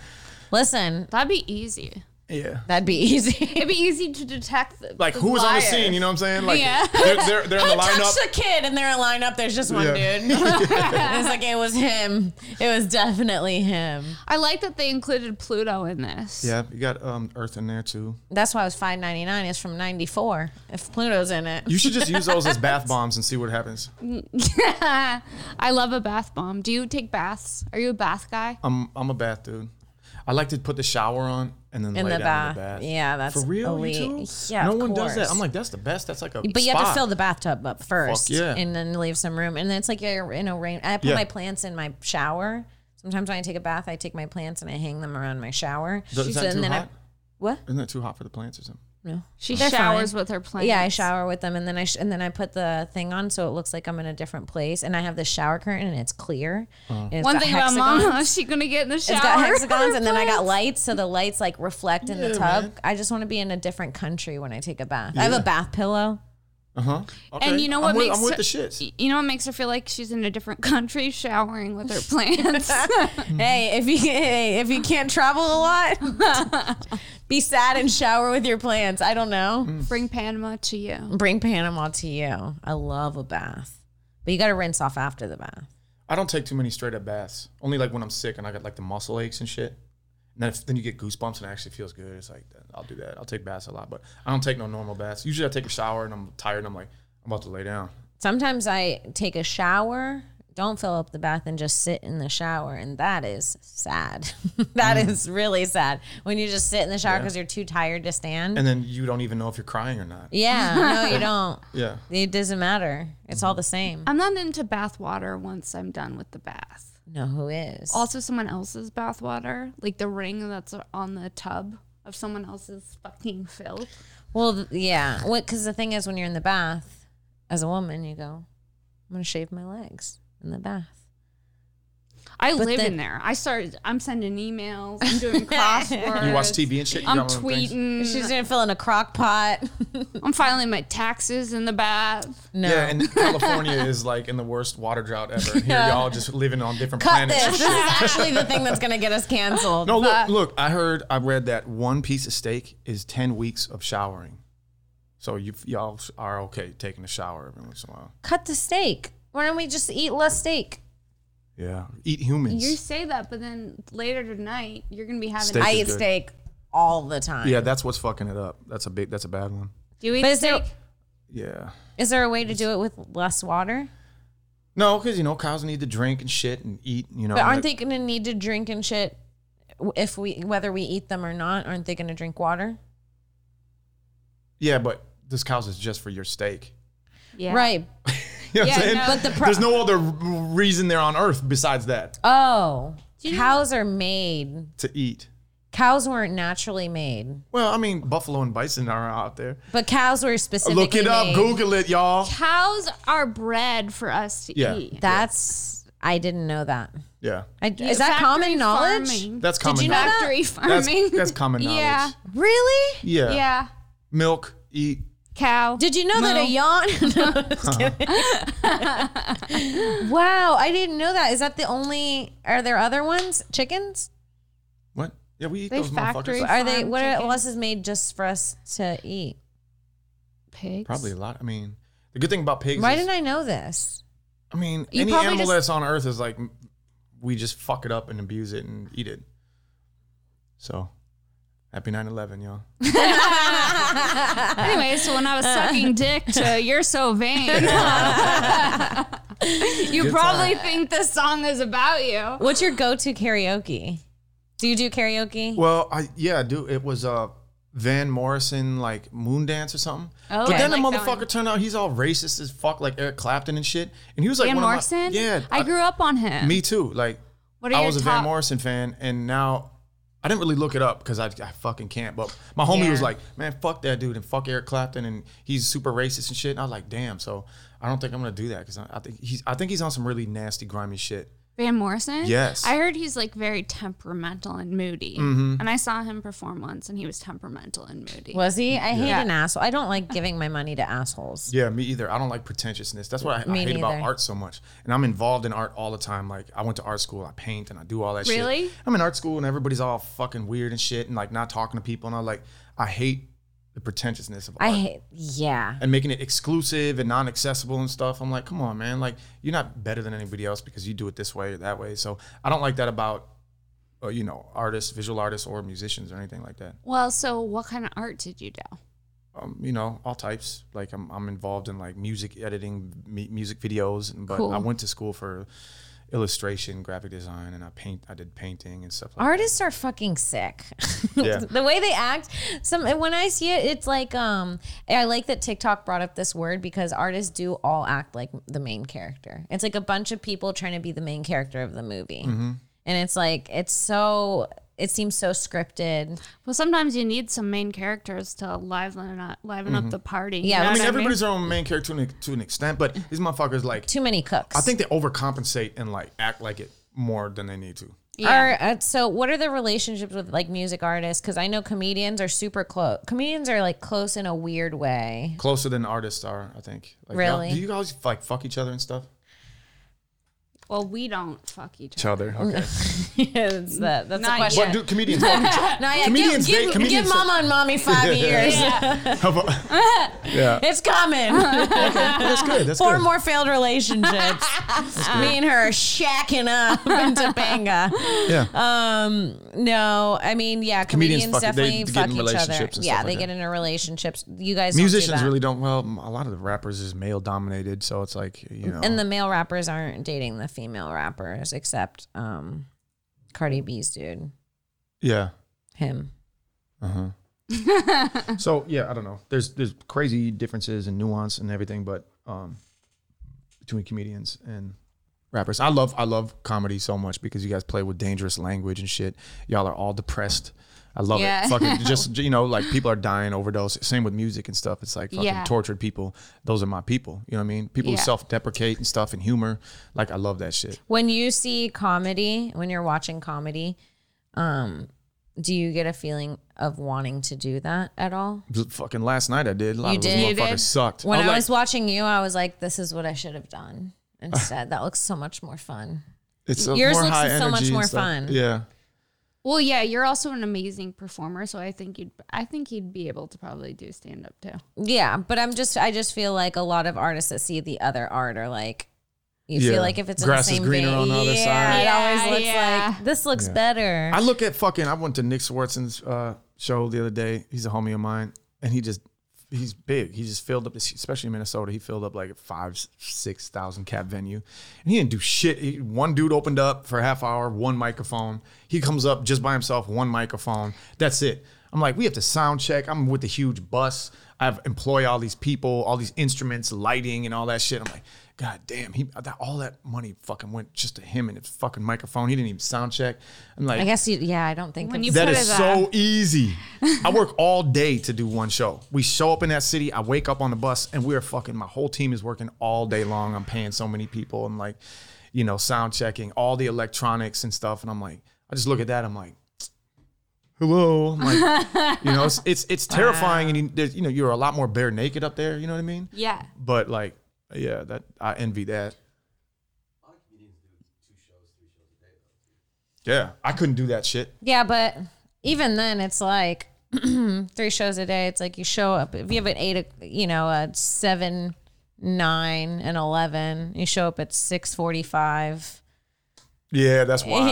B: Listen,
E: That'd be easy.
D: Yeah.
B: that'd be easy. [laughs]
E: It'd be easy to detect the
D: Like
E: the
D: who was on the
E: liar.
D: scene? You know what I'm saying? Like
E: Yeah.
D: they're, they're, they're
B: [laughs]
D: in the lineup.
B: Touch the kid, and they're in lineup. There's just one
D: Yeah.
B: dude. it's like it was him. It was definitely him.
E: I like that they included Pluto in this.
D: [laughs] Yeah, you got um, Earth in there too.
B: That's why it was 5.99. It's from 94. If Pluto's in it,
D: You should just use those as bath bombs and see what happens.
E: [laughs] I love a bath bomb. Do you take baths? Are you a bath guy?
B: Um,
D: I'm I'm a bath dude. I like to put the shower on and then
B: In
D: lay
B: the
D: down in the
B: bath.
D: bath.
B: Yeah, that's
D: for real.
B: elite.
D: You too?
B: Yeah,
D: no
B: of
D: one does that.
B: course.
D: I'm like, that's the best. That's like a
B: But you have to
D: spa.
B: fill the bathtub up first,
D: yeah.
B: and then leave some room. And then it's like you're in a rain. I put
D: Yeah.
B: my plants in my shower. Sometimes when I take a bath, I take my plants and I hang them around my shower.
D: Th- Is
B: So-
D: that
B: and
D: too
B: then I-
D: hot?
B: what?
D: Isn't that too hot for the plants or something?
B: No.
E: She
B: They're
E: showers
B: fine.
E: with her plants.
B: Yeah, I shower with them, and then I sh- and then I put the thing on so it looks like I'm in a different place, and I have the shower curtain and it's clear.
D: Uh-huh.
B: and it's
E: One
B: got
E: thing about mom,
B: hexagons.
E: [laughs] is she gonna get in the shower?
B: It's got hexagons, and then I
E: [laughs]
B: got lights, so the lights like reflect in the tub. I just want to be in a different country when I take a bath. I have a bath pillow.
D: Uh huh.
E: And you know what
D: I'm with,
E: makes
D: I'm with
E: her-
D: the shits.
E: You know what makes her feel like she's in a different [laughs] country, showering with her
B: [laughs]
E: plants. [laughs]
B: Hey, if you [laughs] hey, if you can't travel a lot, [laughs] be sad and shower with your plants. I don't know.
E: Bring Panama to you.
B: Bring Panama to you. I love a bath, but you got to rinse off after the bath.
D: I don't take too many straight up baths. Only like when I'm sick and I got like the muscle aches and shit. And then, if, then you get goosebumps and it actually feels good. It's like I'll do that. I'll take baths a lot, but I don't take no normal baths. Usually I take a shower and I'm tired and I'm like I'm about to lay down.
B: Sometimes I take a shower, don't fill up the bath, and just sit in the shower. And that is sad. [laughs] That is really sad when you just sit in the shower because you're too tired to stand.
D: And then you don't even know if you're crying or not.
B: yeah, no, you don't.
D: Yeah.
B: It doesn't matter. It's all the same.
E: I'm not into bath water once I'm done with the bath.
B: No, who is?
E: Also, someone else's bath water, like the ring that's on the tub of someone else's fucking filth.
B: Well, th- yeah. What? Because the thing is, when you're in the bath, as a woman, you go, "I'm gonna shave my legs in the bath."
E: I
B: But
E: live
B: then-
E: in there. I started. I'm sending emails.
B: [laughs]
E: I'm doing crosswords.
D: You watch TV and shit. You
E: I'm
D: got one of them things?
E: tweeting.
B: She's gonna fill in a crock pot. [laughs]
E: I'm filing my taxes in the bath.
B: no.
D: Yeah, and California is like in the worst water drought ever. Here y'all just living on different
B: Cut
D: planets.
B: this. This is [laughs] actually the thing that's gonna get us canceled.
D: No, look, look. I heard, I read that one piece of steak is ten weeks of showering. So you y'all are okay taking a shower every once in a while.
B: Cut the steak. Why don't we just eat less steak?
D: Yeah, eat
E: You
D: humans.
E: say that, but then later tonight you're gonna be having.
D: Steak.
B: I
D: is
B: eat
D: good.
B: steak all the time.
D: yeah, that's what's fucking it up. That's a big. That's a bad one.
E: Do you eat
B: But is there
E: steak?
D: Yeah.
B: is there a way to do it with less water?
D: No, because you know cows need to drink and shit and eat. You know,
B: But aren't
D: like-
B: they gonna need to drink and shit if we whether we eat them or not? Aren't they gonna drink water?
D: Yeah, but this cows is just for your steak. [laughs]
E: Yeah.
B: Right.
D: You know what I'm
E: Yeah,
D: saying?
E: no.
B: But the pro-
D: There's no other r- reason they're on Earth besides that
B: Oh, cows are made.
D: to eat.
B: Cows weren't naturally made,
D: Well, I mean, buffalo and bison are out there.
B: but cows were specifically
D: Look it up,
B: made.
D: Google it, y'all.
E: Cows are bred for us to
D: Yeah.
E: eat.
B: That's I didn't know that.
D: Yeah,
B: I, is that
E: Factory
B: common knowledge?
E: farming.
D: that's common.
B: you know
D: knowledge.
B: that?
E: Factory
D: That's,
E: farming.
D: that's common
E: [laughs]
D: knowledge.
E: Yeah.
B: Really?
D: Yeah.
E: Yeah.
D: Milk, eat.
E: Cow.
B: Did you know that a yawn? [laughs] No, I'm just [laughs] kidding. wow, I didn't know that. Is that the only? Are there other ones? Chickens?
D: What? Yeah, we eat
E: They
D: those
E: factory-
D: motherfuckers.
B: Are they?
E: Farm
B: What are,
E: chickens.
B: else is made just for us to eat?
E: pigs? Uh,
D: Probably a lot. I mean, the good thing about pigs
B: Why
D: is,
B: didn't I know this?
D: I mean,
E: You
D: any
E: probably
D: animal
E: just-
D: that's on Earth is like, we just fuck it up and abuse it and eat it. So, happy 9 11, y'all.
E: Anyway, so when I was
B: Uh.
E: sucking dick
B: [laughs]
E: to "You're So Vain," you probably think this song is about you.
B: What's your go-to karaoke? Do you do karaoke?
D: Well, I yeah, dude, it was uh Van Morrison like Moon Dance or something. Oh, but
E: I
D: then the
E: like that
D: motherfucker
E: one.
D: turned out he's all racist as fuck, like Eric Clapton and shit. And he was like
E: Van
D: one of my-
E: Morrison.
D: yeah,
E: I grew up on him.
D: Me too. Like
E: What are
D: I
E: your
D: was a
E: top-
D: Van Morrison fan, and now I didn't really look it up because I, I fucking can't. But my homie was
B: Yeah.
D: like, "Man, fuck that dude, and fuck Eric Clapton, and he's super racist and shit." And I was like, "Damn." So I don't think I'm gonna do that because I, I think he's I think he's on some really nasty, grimy shit.
E: Van Morrison?
D: Yes. Mm-hmm.
E: I heard he's like very temperamental and moody. And I saw him perform once and he was temperamental and moody.
B: Was he? I hate
E: Yeah.
B: an asshole. I don't like giving my money to assholes.
D: Yeah, me either. I don't like pretentiousness. That's what I, I
B: Me
D: hate about
B: neither.
D: art so much. And I'm involved in art all the time. Like I went to art school, I paint and I do all that shit.
E: Really?
D: I'm in art school and everybody's all fucking weird and shit and like not talking to people and I like I hate the pretentiousness of
B: I
D: art.
B: hate. Yeah.
D: and making it exclusive and non-accessible and stuff. I'm like, come on, man. Like you're not better than anybody else because you do it this way or that way. So I don't like that about, uh, you know, artists, visual artists, or musicians or anything like that.
E: Well, so what kind of art did you do?
D: Um, you know, all types. Like I'm, I'm involved in like music editing, mu- music videos. But
E: Cool.
D: I went to school for illustration, graphic design, and I paint. I did painting and stuff. like
B: Artists are fucking sick. [laughs]
D: Yeah.
B: the way they act, some and when I see it, it's like um I like that TikTok brought up this word because artists do all act like the main character. It's
D: Mm-hmm.
B: like a bunch of people trying to be the main character of the movie. And it's like it's so it seems so scripted.
E: Well, sometimes you need some main characters to liven up, liven up the party.
B: Yeah,
E: You know
B: I
D: I
E: what
D: mean, Mm-hmm. everybody's their own main character to an, to an extent, but these motherfuckers like
B: Too many cooks.
D: I think they overcompensate and like act like it more than they need to.
B: Are, uh, so what are the relationships with like music artists? Because I know comedians are super close. Comedians are like close in a weird [laughs] way.
D: Closer than artists are, I think. Like,
B: Really?
D: y'all- Do you guys like fuck each other and stuff?
E: Well, we don't fuck each other.
D: other. Okay.
B: [laughs] It's that- that's the
E: Not
B: question.
D: but do comedians fuck
B: [laughs]
D: each other?
B: Not yet.
D: Comedians
B: give,
D: date-
B: give,
D: comedians-
B: give mama and mommy
D: [laughs]
B: five years.
D: How about-
B: [laughs]
D: yeah.
B: It's coming.
D: That's good. That's
B: Four
D: good.
B: more failed relationships. Me and her are shacking up [laughs] in Topanga.
D: Yeah.
B: Uh, No, I mean, yeah, comedians,
D: Comedians fuck-
B: definitely
D: they get
B: fuck
D: in
B: each other.
D: relationships and
B: Yeah,
D: stuff
B: they
D: like
B: get
D: that.
B: into relationships. You guys, don't do
D: Musicians
B: that.
D: really don't. Well, a lot of the rappers is male dominated, so it's like you know.
B: and the male rappers aren't dating the female rappers except um, Cardi B's dude,
D: yeah.
B: him.
D: So yeah, I don't know. There's there's crazy differences and nuance and everything, but um, between comedians and rappers, I love I love comedy so much because you guys play with dangerous language and shit. Y'all are all depressed. I love
E: Yeah.
B: [laughs]
D: it. Fucking just you know, like people are dying overdose. Same with music and stuff. It's like fucking
E: Yeah.
D: tortured people. Those are my people. You know what I mean? People
E: Yeah.
D: who self deprecate and stuff and humor. Like I love that shit.
B: When you see comedy, when you're watching comedy, um, do you get a feeling of wanting to do that at all?
D: Fucking last night I did. A lot
B: You
D: of those
B: did? You
D: motherfuckers
E: did?
D: sucked.
B: When I was,
D: Oh, like,
B: watching you, I was like, "This is what I should have done instead." that looks so much more fun.
D: It's a
B: Yours
D: more
B: looks
D: high
B: so much
D: energy and
B: more
D: stuff.
B: fun.
D: Yeah.
E: Well, yeah, you're also an amazing performer, so I think you'd I think you'd be able to probably do stand up too.
B: Yeah, but I'm just, I just feel like a lot of artists that see the other art are like, you
D: Yeah.
B: feel like if it's
D: Grass
B: in
D: is
B: the same
D: greener
B: vein,
D: on the other
B: yeah,
D: side.
B: it
E: Yeah,
B: always looks
E: yeah.
B: like this looks better.
D: I look at fucking. I went to Nick Swartzen's uh, show the other day. He's a homie of mine, and he just he's big. He just filled up this, especially in Minnesota. He filled up like a five, six thousand cap venue, and he didn't do shit. He, one dude opened up for a half hour, one microphone. He comes up just by himself, one microphone. That's it. I'm like, we have to sound check. I'm with a huge bus. I have employ all these people, all these instruments, lighting, and all that shit. I'm like, God damn, he that, all that money fucking went just to him and his fucking microphone. He didn't even sound check. I'm like,
B: I guess you, yeah, I don't think
E: When
B: it's-
E: you
D: that
E: put
D: is
E: it
D: so easy. I work all day to do one show. We show up in that city. I wake up on the bus and we're fucking. My whole team is working all day long. I'm paying so many people and like, you know, sound checking all the electronics and stuff. And I'm like, I just look at that. I'm like, hello. I'm like, you know, it's it's, it's terrifying. And you, there's, you know, you're a lot more bare naked up there. You know what I mean?
E: Yeah.
D: But like, yeah, that I envy that. Yeah, I couldn't do that shit.
B: yeah, but even then, it's like [clears throat] three shows a day. It's like you show up if you have an eight, o- you know, a seven, nine, and eleven. You show up at six forty-five. [laughs]
D: Yeah, that's wild.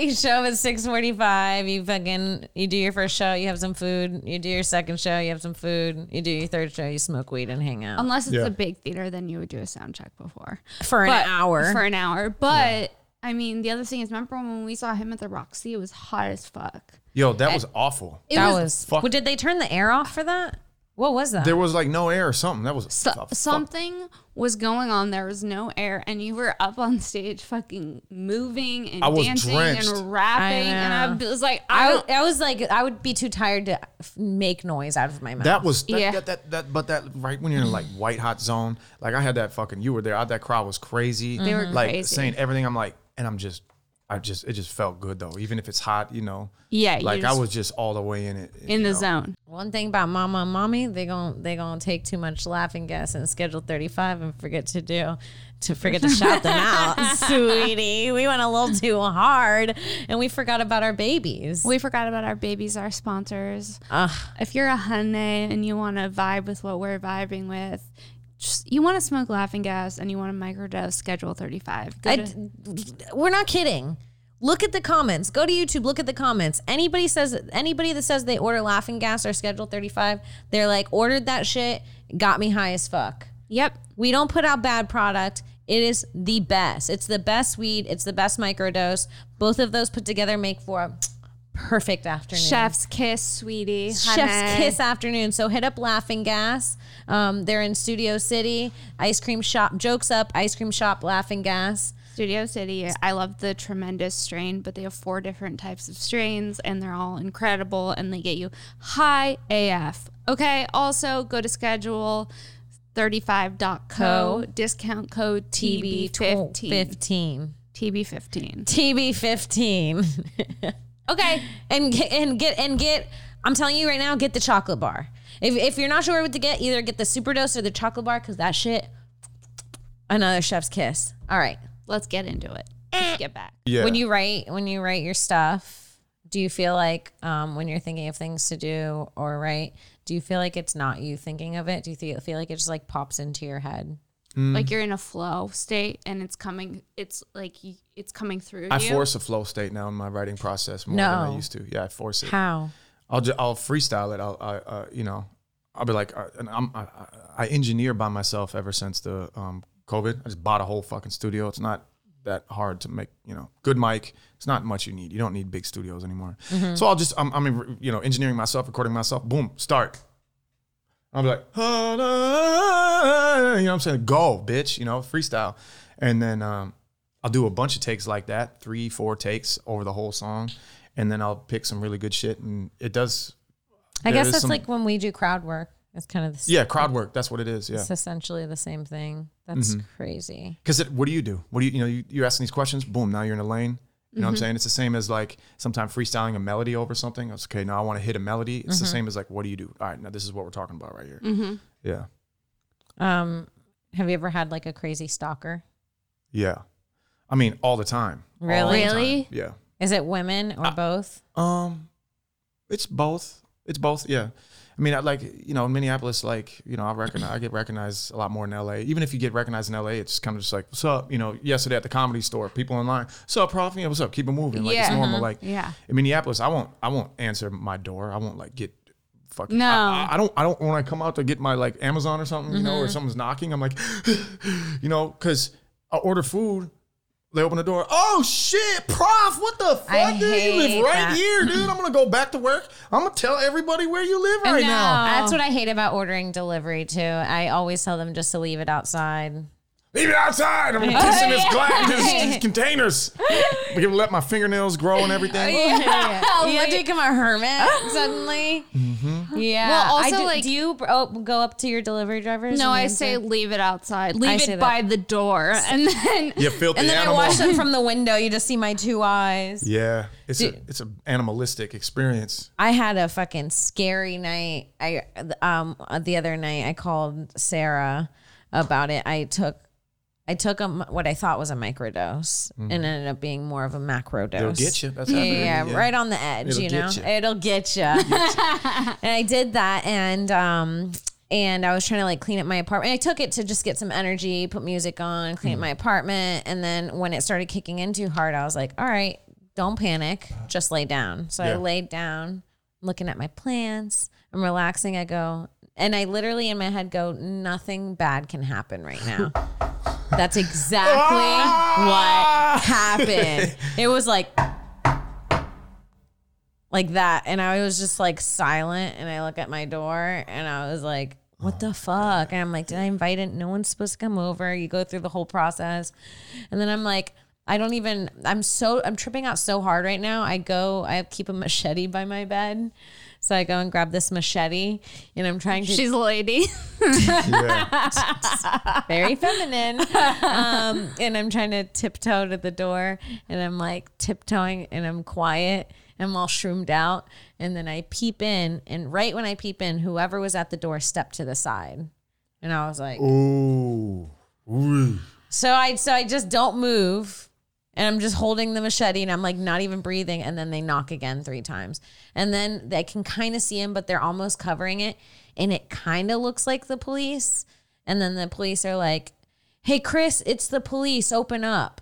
B: you show up at six forty five. You fucking you do your first show. You have some food. You do your second show. You have some food. You do your third show. You smoke weed and hang out
E: Unless it's
D: Yeah.
E: a big theater, then you would do a sound check before.
B: for an
E: But-
B: hour.
E: For an hour. But I mean the other thing is remember when we saw him at the Roxy, it was hot as fuck.
D: Yo, that was awful.
E: It
B: that
E: was,
B: was.
D: fuck-
B: Well, did they turn the air off for that? What was that?
D: There was like no air or something. That was
E: so-
D: a fuck-
E: something was going on. There was no air, and you were up on stage, fucking moving and
D: I was
E: dancing
D: drenched.
E: and rapping,
B: know.
E: and I was like,
B: I,
E: I, don't,
B: I was like, I would be too tired to f- make noise out of my mouth.
D: That was that,
E: Yeah.
D: that, that that but that right when you're in like white hot zone. Like I had that fucking you were there. I, that crowd was crazy. They
E: were
D: like
E: crazy.
D: saying everything. I'm like, and I'm just, I just it just felt good though. Even if it's hot, you know.
E: Yeah, you
D: Like I
E: just-
D: was just all the way in it.
E: in
D: you
E: the
D: know.
E: zone.
B: One thing about mama and mommy, they gon' they gonna take too much laughing gas and schedule thirty five and forget to do to forget to shout them out, sweetie. We went a little too hard and we forgot about our babies.
E: We forgot about our babies, our sponsors. If you're a honey and you want to vibe with what we're vibing with, just, you want to smoke laughing gas and you want to microdose Schedule 35. Go
B: I
E: to-
B: d- we're not kidding. Look at the comments. Go to YouTube. Look at the comments. Anybody says anybody that says they order laughing gas or schedule thirty five, they're like ordered that shit, got me high as fuck.
E: yep.
B: We don't put out bad product. It is the best. It's the best weed. It's the best microdose. Both of those put together make for a perfect afternoon.
E: Chef's kiss, sweetie.
B: Chef's
E: honey.
B: Kiss afternoon. So hit up Laughing Gas. Um, they're in Studio City. Ice cream shop, jokes up, ice cream shop, Laughing Gas.
E: Studio City. I love the tremendous strain, but they have four different types of strains and they're all incredible and they get you high AF. Okay, also go to schedule 35.co, discount code TB15.
B: TB15. [laughs]
E: TB15.
B: TB15.
E: Okay,
B: and get, and get and get I'm telling you right now, get the chocolate bar. If, if you're not sure what to get, either get the Superdose or the chocolate bar cuz that shit another chef's kiss. All right.
E: let's get into it.
B: Eh.
E: Let's get back.
D: Yeah.
B: When you write when you write your stuff, do you feel like um, when you're thinking of things to do or write, do you feel like it's not you thinking of it? Do you feel, feel like it just like pops into your head?
D: Mm.
E: Like you're in a flow state and it's coming it's like y- it's coming through
D: I
E: you. [laughs]
D: force a flow state now in my writing process more than
B: No.
D: I used to. Yeah, I force it.
B: How?
D: I'll ju- I'll freestyle it. I'll I, uh, you know I'll be like uh, and I'm I, I- I engineer by myself ever since the um, COVID. I just bought a whole fucking studio. It's not that hard to make you know good mic. It's not much you need. You don't need big studios anymore. So I'll just I'm, I'm you know engineering myself, recording myself. Boom, start. I'll be like, "Ah, nah," you know what I'm saying? Go, bitch, you know, freestyle. And then um, I'll do a bunch of takes like that, three, four takes over the whole song. And then I'll pick some really good shit. And it does,
B: I
D: There
B: guess
D: is
B: that's
D: some-
B: like when we do crowd work. It's kind of the, yeah.
D: yeah, crowd work. That's what it is. Yeah. Mm-hmm.
B: It's essentially the same thing. That's crazy.
D: Because what do you do? What do you, you know, you, you're asking these questions, boom, now you're in a lane. You know what I'm saying? It's the same as like sometimes freestyling a melody over something. It's okay, now I want to hit a melody. It's the same as like, what do you do? All right, now this is what we're talking about right here. Yeah.
B: Um, have you ever had like a crazy stalker?
D: Yeah. I mean, all the time. All the
B: Really?
D: time.
E: Really?
D: Yeah.
B: Is it women or both?
D: Um, it's both. It's both. Yeah. I mean, I like you know in Minneapolis, like you know I recognize I get recognized a lot more in LA. Even if you get recognized in LA, it's kind of just like what's up. You know, yesterday at the comedy store, people online, what's up, Prof? You know, what's up? Keep it moving. Like it's
E: Yeah.
D: normal. Like
E: Yeah.
D: in Minneapolis, I won't I won't answer my door. I won't like get fucking.
E: No.
D: I, I- I don't I don't when I come out to get my like Amazon or something, you know, or someone's knocking, I'm like, [gasps] you know, because I order food. They open the door. Oh shit, Prof! What the fuck,
B: I
D: dude? You
B: hate
D: live right
B: that.
D: here, dude. I'm gonna go back to work. I'm gonna tell everybody where you live right now.
B: That's what I hate about ordering delivery too. I always tell them just to leave it outside.
D: Leave it outside.
B: [laughs]
D: I'm gonna piss in this glass, these, these containers. I'm gonna let my fingernails grow and everything.
B: [laughs] Oh, you have to become a [laughs] hermit suddenly. Yeah.
E: Well,
B: I
E: also,
B: do,
E: like-
B: do you oh, go up to your delivery drivers?
E: No,
B: and
E: I
B: answer?
E: say leave it outside. Leave
B: say
E: it
B: that.
E: by the door. And then
D: You filthy
B: And then
D: animal.
B: I watch them from the window. You just see my two eyes.
D: yeah, it's a it's an animalistic experience.
B: I had a fucking scary night. I um the other night I called Sarah about it. I took I took a, m- what I thought was a microdose and ended up being more of a macro dose.
D: Mm-hmm. They'll get you. That's
B: yeah,
D: happening.
B: yeah,
D: Yeah.
B: right on the edge.
D: It'll
B: you know,
D: get ya.
B: it'll get you. [laughs] and I did that, and um, and I was trying to like clean up my apartment. I took it to just get some energy, put music on, clean up
D: Hmm.
B: my apartment, and then when it started kicking in too hard, I was like, all right, don't panic, just lay down. So I
D: Yeah.
B: laid down, looking at my plants. I'm relaxing. I go. And I literally in my head go, nothing bad can happen right
D: [laughs]
B: now. That's exactly
D: Ah!
B: what happened. It was like like that and I was just like silent and I look at my door and I was like what the fuck? And I'm like, did I invite it? No one's supposed to come over. You go through the whole process. And then I'm like, I don't even, I'm so, I'm tripping out so hard right now. I go, I keep a machete by my bed. So I go and grab this machete and I'm trying to
E: [laughs] she's a lady.
B: [laughs] very feminine. Um, and I'm trying to tiptoe to the door and I'm like tiptoeing and I'm quiet. I'm all shroomed out. And then I peep in. And right when I peep in, whoever was at the door stepped to the side. And I was like, [laughs]
D: Ooh. Ooh.
B: so I so I just don't move. And I'm just holding the machete and I'm like not even breathing. And then they knock again three times. And then I can kind of see him, but they're almost covering it. And it kind of looks like the police. And then the police are like, hey, Chris, it's the police. Open up.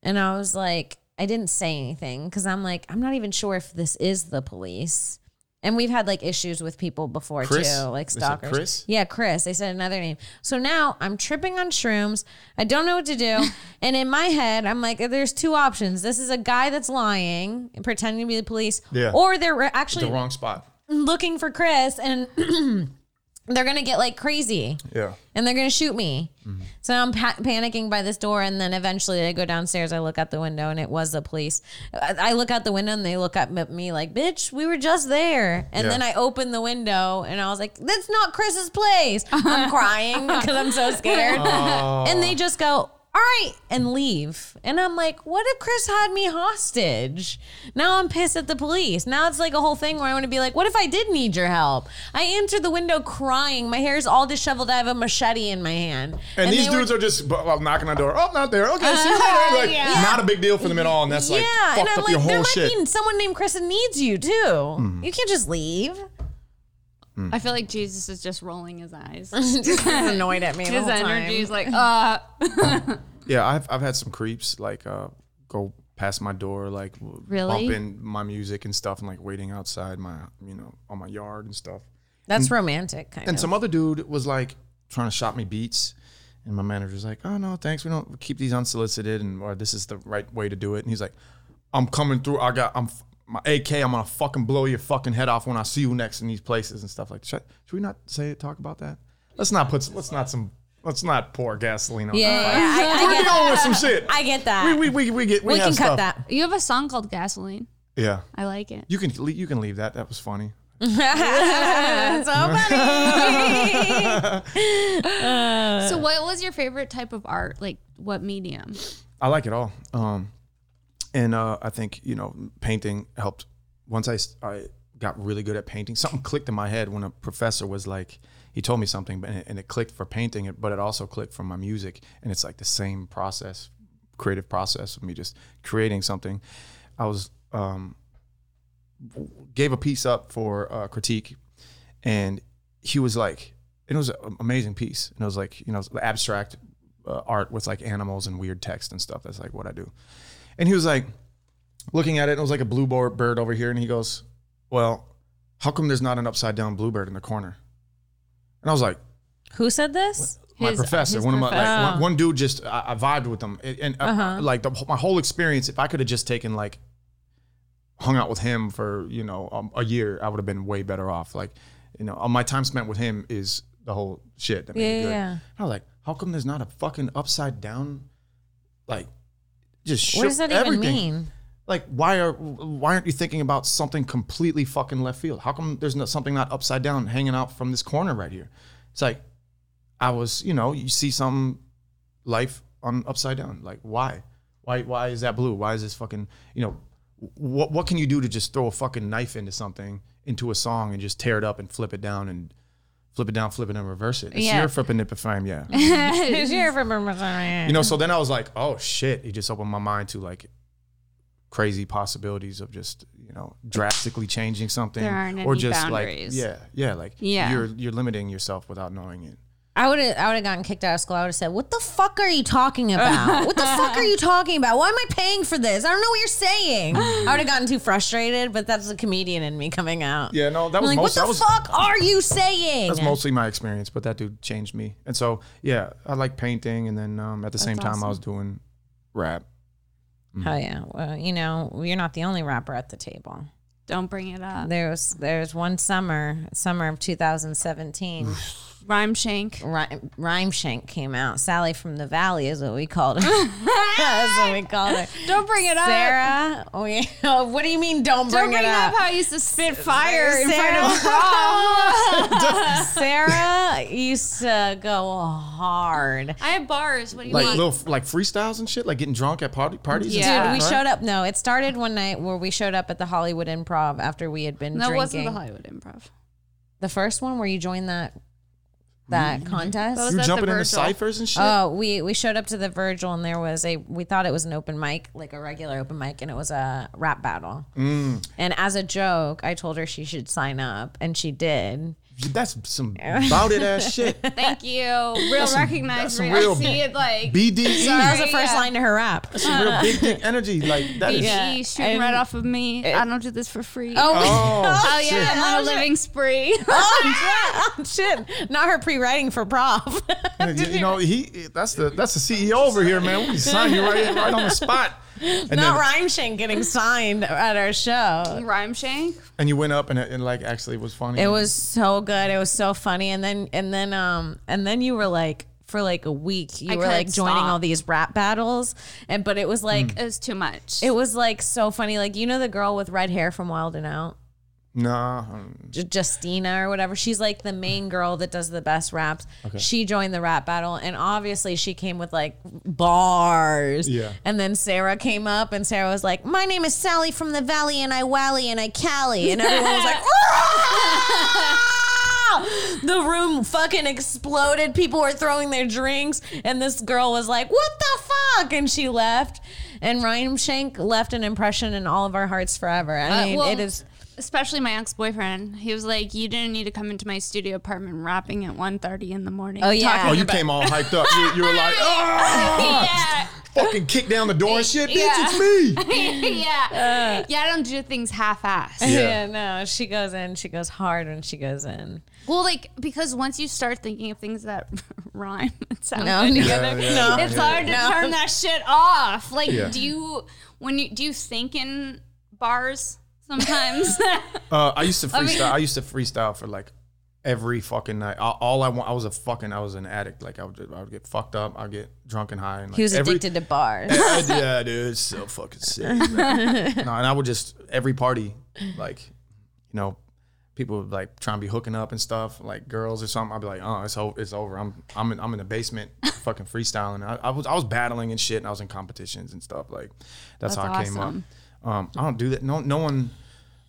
B: And I was like, I didn't say anything because I'm like, I'm not even sure if this is the police. And we've had like issues with people before
D: Chris?
B: too, like
D: They said
B: stalkers.
D: Chris?
B: Yeah, Chris. They said another name. So now I'm tripping on shrooms. I don't know what to do. and in my head, I'm like, there's two options. This is a guy that's lying and pretending to be the police,
D: Yeah.
B: or they're re-
D: The
B: actually
D: wrong spot.
B: looking for Chris and [clears throat] they're gonna get like crazy
D: Yeah.
B: and they're gonna shoot me. So I'm pa- panicking by this door, and then eventually I go downstairs. I look out the window, and it was the police. I, I look out the window, and they look up at me like, "Bitch, we were just there." And
D: Yeah.
B: then I open the window, and I was like, "That's not Chris's place." I'm crying because I'm so scared, and they just go. All right, and leave. And I'm like, what if Chris had me hostage? Now I'm pissed at the police. Now it's like a whole thing where I want to be like, what if I did need your help? I answered the window crying. My hair's all disheveled. I have a machete in my hand.
D: And, these
B: they were- Uh,
D: dudes are just bu- well, knocking on the door. Oh, not there. Okay, see you later. Like,
C: yeah.
D: Not a big deal for them at all. And that's like
B: yeah, and
D: fucked
B: I'm
D: up your
B: like, there
D: whole
B: might
D: shit. Mm-hmm.
B: be someone named Chris that needs you too. You can't just leave. [laughs]
E: I feel like Jesus is just rolling
B: [laughs]
E: his eyes.
B: just annoyed at me. the
E: his
B: whole time.
E: energy is like,
B: [laughs]
E: uh,
D: Yeah, I've I've had some creeps like uh, go past my door, like w-
E: Really?
D: bumping my music and stuff, and like waiting outside my you know on my yard and stuff.
B: That's romantic, kind
D: And
B: of.
D: some other dude was like trying to shop me beats, and my manager's like, "Oh no, thanks. We don't we keep these unsolicited, and or this is the right way to do it." And he's like, "I'm coming through. I got I'm f- my AK. I'm gonna fucking blow your fucking head off when I see you next in these places and stuff like. Should, should we not say talk about that? Let's not put. Some, let's not some. Let's not pour gasoline on.
B: yeah,
D: that
B: yeah,
D: fire. [laughs]
B: yeah, I, I
D: We're
B: get,
D: going with some shit.
B: I get that.
D: we, we, we, we get we,
B: We
D: have
B: can
D: stuff.
B: cut that. [laughs]
E: you have a song called Gasoline.
D: Yeah,
E: I like it.
D: you can le- you can leave that. That was funny.
B: so
D: [laughs]
B: funny.
D: Uh.
E: So, what was your favorite type of art? Like,
B: [laughs]
E: what medium? [laughs]
D: I like it all. Um, and uh, I think you know painting helped. Once I s- I got really good at painting, something clicked in my head when a professor was like, he told me something, but and it clicked for painting, it but it also clicked for my music, and it's like the same process, creative process of me just creating something. I was um, gave a piece up for uh, critique, and he was like, and it was an amazing piece, and it was like you know the abstract uh, art with like animals and weird text and stuff. That's like what I do. And he was like looking at it, and it was like a blue boar- bird over here, and he goes, "Well, how come there's not an upside down bluebird in the corner?" And I was like,
B: Who said this?
D: my
E: His-
D: professor,
E: his
D: one of my
E: professor.
D: like one, one dude just I, I vibed with him, and, and, uh,
B: Uh-huh.
D: like the, my whole experience. If I could have just taken like hung out with him for you know um, a year, I would have been way better off. Like you know, all my time spent with him is the whole shit. That made
B: Yeah,
D: it good.
B: yeah.
D: I was like, how come there's not a fucking upside down, like just
B: What
D: shook
B: does that
D: everything?
B: even mean? [laughs]
D: Like why are why aren't you thinking about something completely fucking left field? How come there's not something not upside down hanging out from this corner right here? It's like I was, you know, you see some life on upside down. Like why? Why why is that blue? Why is this fucking, you know, what what can you do to just throw a fucking knife into something, into a song and just tear it up and flip it down and flip it down, flip it and reverse it. It's
E: Yeah.
D: your flipping it fame, yeah.
B: Who's your favorite-
D: You know, so then I was like, oh shit. It just opened my mind to like crazy possibilities of just, you know, drastically changing something.
E: There aren't
D: or
E: any
D: just
E: boundaries.
D: like Yeah. Yeah. Like
E: Yeah.
D: you're you're limiting yourself without knowing it.
B: I would have I would have gotten kicked out of school. I would have said, "What the fuck are you [laughs] talking about? what the fuck are you talking about? Why am I paying for this? I don't know what you're saying." I would have gotten too frustrated, but that's the comedian in me coming out.
D: Yeah, no, that
B: I'm
D: was
B: like,
D: most
B: "What the
D: that was,
B: fuck are you saying?"
D: that's mostly my experience, but that dude changed me. And so yeah, I like painting and then um, at the same time I was doing rap.
B: oh yeah, well, you know, you're not the only rapper at the table.
E: Don't bring it up.
B: There was there's one summer, summer of 2017.
E: Rhyme Shank.
B: Rhyme, Rhyme Shank came out. Sally from the Valley is what we called her. [laughs] That's what we called her.
E: Don't bring it up.
B: Sarah, we, [laughs] what do you mean? Don't
E: Don't
B: bring, it up.
E: [laughs] how I used to spit fire in
B: Sarah.
E: front of
B: [laughs]
E: prom.
B: Sarah used to go hard.
E: I have bars. What do you
D: Like
E: want?
D: little like freestyles and shit, like getting drunk at party parties.
E: Yeah.
D: and
B: Dude, we
D: stuff,
B: showed
D: right?
B: up. No, it started one night where we showed up at the Hollywood Improv after we had been
E: that
B: drinking.
E: wasn't the Hollywood Improv.
B: The first one where you joined that that contest.
E: That was
D: You
E: at the Uh.
D: jumping into
E: Virgil.
D: ciphers and shit.
B: Oh, we we showed up to the Virgil and there was a we thought it was an open mic, like a regular open mic, and it was a rap battle. And as a joke, I told her she should sign up, and she did.
D: That's
E: [laughs]
D: some bouted ass shit.
B: [laughs]
E: Thank you. Real
D: that's
E: recognize.
D: some
E: Real,
D: real-
E: see it like.
D: BDE.
B: That was the first
E: yeah.
B: line to her rap.
D: some real big dick energy. Like that is.
B: Uh.
D: [laughs]
B: Yeah.
E: He shooting
B: And-
E: right off of me. I don't do this for free.
D: Oh,
E: Oh,
D: shit.
E: yeah, I'm on a living spree.
B: [laughs] oh, shit. Not her pre-writing for prof. [laughs]
D: E You know he. That's the that's the CEO over here, man. We can sign you right right on the spot. And
B: Not
D: then-
B: Ryan Shank getting signed at our show.
E: [laughs] Rhyme Shank?
D: And you went up and it, and like actually was funny.
B: It was so good. It was so funny. And then and then um and then you were like for like a week you
E: I
B: were like
E: couldn't
B: joining
E: stop.
B: all these rap battles and but it was like
E: It was too much.
B: it was like so funny. Like you know the girl with red hair from Wild and Out.
D: nah. um,
B: Ju- Justina or whatever. She's like the main girl that does the best raps. She joined the rap battle, and obviously she came with like bars.
D: Yeah.
B: And then Sarah came up, and Sarah was like, "My name is Sally from the Valley, and I wally and I Cali," and everyone was like. "Ah!" The room fucking exploded. People were throwing their drinks, and this girl was like, "What the fuck?" And she left. And Ryan Shank left an impression in all of our hearts forever. I
E: Uh,
B: mean,
E: well,
B: it is
E: Especially my ex boyfriend. He was like, You didn't need to come into my studio apartment rapping at 1.30 in the morning.
B: Oh, yeah.
D: Oh, you came all hyped up. You, you
B: [laughs]
D: were like, oh,
E: yeah.
D: fucking kick down the door and shit, bitch.
E: Yeah.
D: It's
E: [laughs]
D: me.
E: yeah. yeah, I don't do things half
B: [laughs]
E: assed.
B: Uh. [laughs] Yeah. no, she goes in. She goes hard when she goes in.
E: Well, like, because once you start thinking of things that [laughs] rhyme and sound
B: No,
E: good
B: Oh, no,
E: together,
B: [laughs] no.
E: it's hard to turn that shit off. Like,
D: Yeah.
E: do you, when you, do you think in bars
B: [laughs]
E: sometimes?
D: Uh, I used to freestyle. I,
E: mean-
D: used to freestyle for like every fucking night. All, all I want, I was a fucking, I was an addict. Like I would, I would get fucked up. I'd get drunk and high. And like
B: He was
D: every-
B: addicted to bars.
D: I- [laughs] yeah, dude, it's so
B: [laughs]
D: fucking sick. man. no, and I would just every party, like, you know, people would like trying to be hooking up and stuff, like girls or something. I'd be like, oh, it's o- it's over. I'm I'm in, I'm in the basement, [laughs] fucking freestyling. I, I was I was battling and shit, and I was in competitions and stuff. Like, that's, how I came up.
E: awesome.
D: Um, I don't do that. No, no one.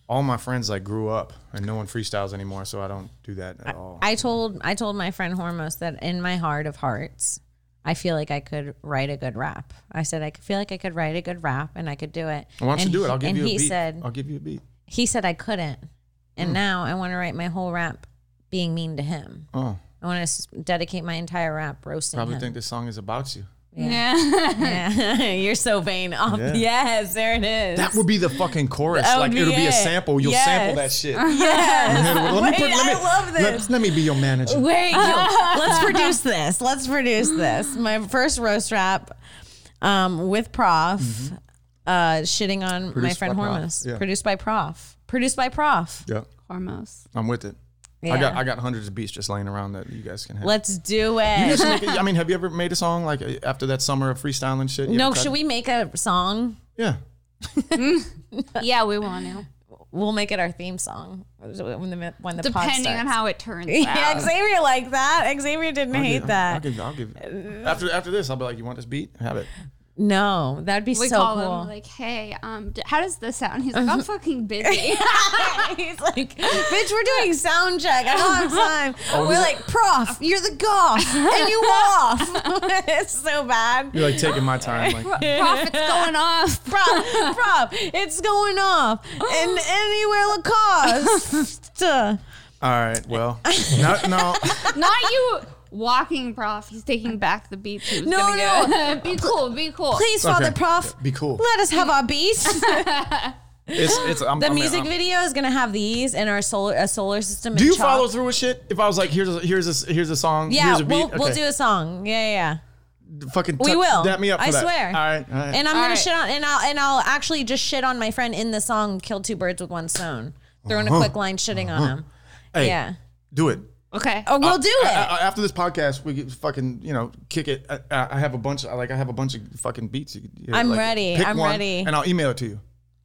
D: All my friends like grew up, and no one freestyles anymore, so I don't do that at all.
B: I told I told my friend Hormos that in my heart of hearts, I feel like I could write a good rap. I said I could feel like I could write a good rap and I could do it.
D: Why don't you
B: And
D: do it?
B: he-
D: I'll give
B: and
D: you a
B: he
D: beat. Hmm.
B: said
D: I'll give you a beat.
B: he said I couldn't, and now I want to write my whole rap being mean to him.
D: Oh,
B: I want to dedicate my entire rap roasting
D: probably
B: him.
D: think this song is about you.
E: yeah.
B: yeah. [laughs] You're so vain. Oh,
D: Yeah.
B: Yes, there it is.
D: That would be the fucking chorus.
B: That would
D: like
B: be
D: it'll be a
B: it.
D: sample. You'll
B: Yes.
D: sample
B: [laughs]
D: that shit.
B: yes.
D: Let
B: Wait, I love
D: let-
B: this.
D: Let, me be your manager.
B: Wait,
E: [laughs]
B: you- let's produce this. Let's produce this. My first roast rap um, with Prof, uh, shitting on my
D: Mm-hmm. Produced
B: friend
D: by Prof,
B: Hormus.
D: yeah.
B: Produced by Prof. Produced by Prof.
D: Yeah,
E: Hormos.
D: I'm with it.
B: Yeah.
D: I got I got hundreds of beats just laying around that you guys can have.
B: Let's do
D: You
B: it.
D: guys make it- I mean, have you ever made a song like uh, after that summer of freestyling shit?
B: [laughs]
D: You
B: No,
D: ever tried-
B: should we make a song?
D: Yeah.
E: Yeah, we want to.
B: We'll make it our theme song when the when the pod
E: Depending on
B: starts.
E: how it turns
B: [laughs] Yeah,
E: out.
B: Xavier liked that. Xavier didn't
D: I'll
B: hate
D: give- I'll
B: that.
D: give, I'll give. After after this, I'll be like, you want this beat? Have it.
B: no, that'd be
E: We
B: so
E: call
B: cool.
E: him like, hey, um, d- how does this sound? He's like,
B: [laughs]
E: I'm fucking busy.
B: He's like, bitch, we're doing sound check. I [laughs] don't have time.
D: Oh,
B: we're like, prof, you're the goth, and [laughs] you off. it's so bad.
D: You're like taking my time.
B: [laughs]
D: Like,
E: Profit's going off.
B: Prop, prop, it's going off. [gasps] And anywhere [laughs] Lacoste.
D: all right,
B: [laughs]
D: well, no, no.
E: Not you walking, prof. He's taking back the beats. he was
B: No,
E: gonna
B: [laughs]
E: go. be cool. Be cool.
B: Please, Father
D: Okay,
B: Prof,
D: Be cool.
B: let us have our [laughs] beats.
D: It's it's. I'm,
B: The
D: I'm-
B: music
D: I'm-
B: video is gonna have these and our solar a solar system.
D: uh, Do
B: and
D: you
B: chalk.
D: follow through with shit? If I was like, here's a, here's a, here's a song.
B: Yeah,
D: here's a beat.
B: we'll, we'll
D: okay.
B: do a song. Yeah, yeah. yeah.
D: Fucking
B: We
D: tuck-
B: will.
D: Dap me up. For
B: I
D: that.
B: swear.
D: All right. All right.
B: And I'm gonna
E: right.
B: shit on and I'll and I'll actually just shit on my friend in the song "Kill Two Birds with One Stone," throwing a quick line shitting on him.
D: Uh-huh. hey, Uh,
B: Yeah.
D: Do it.
E: Okay.
B: Oh, we'll do
D: I-
B: it.
D: I- I- after this podcast, we get fucking you know kick it. I, I I have a bunch. I like I have a bunch of fucking beats. You could- you know,
B: I'm
D: like,
B: ready.
D: pick
B: I'm
D: one,
B: ready.
D: And I'll email it to you.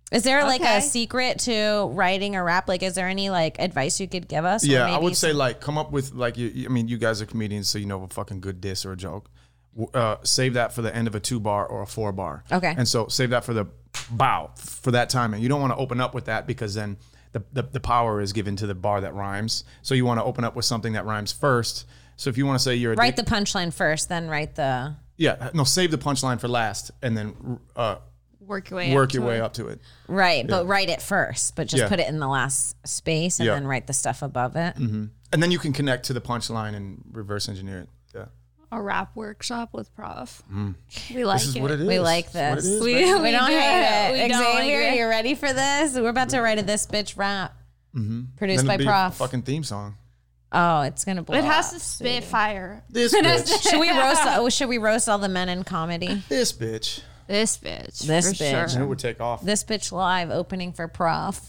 B: Is there like
E: Okay.
B: a secret to writing a rap? Like, is there any like advice you could give us? Or
D: yeah, I
B: maybe
D: would say like come up with like you. you- I mean, you guys are comedians, so you know a fucking good diss or a joke. W- Uh, save that for the end of a two bar or a four bar.
B: Okay.
D: And so save that for the bow for that timing. You don't want to open up with that because then the, the the power is given to the bar that rhymes. So you want to open up with something that rhymes first. So if you want to say you're a dick-
B: write the punchline first, then write the.
D: Yeah, uh, no, save the punchline for last, and then uh,
E: Work your way.
D: work
E: up
D: your
E: to
D: way
E: it.
D: up to it.
B: Right, but write it first, but just
D: Yeah.
B: put it in the last space and
D: Yeah. Mm-hmm.
B: then write the stuff above it.
D: And then you can connect to the punchline and reverse engineer it. Yeah,
E: A rap workshop with prof. We like
D: Hmm. this is
E: it.
D: what it is.
B: We like
D: what it
B: this.
D: is,
B: we,
D: man.
B: we
E: we
B: don't
E: do
B: hate
E: it.
B: it.
E: We don't like
B: Xavier,
E: it.
B: you ready for this? We're about to write a this bitch rap produced
D: Mm-hmm. Then
B: by
D: it'd be a
B: Prof.
D: Fucking theme song.
B: [laughs] oh, it's gonna blow.
E: It has
B: up. [laughs]
E: to spit fire.
D: This
E: [laughs]
D: bitch.
B: Should we roast? oh, should we roast all the men in comedy?
D: this bitch.
E: This bitch.
B: This
E: for
B: bitch.
E: Sure.
D: And it would take off.
B: This bitch live opening for prof.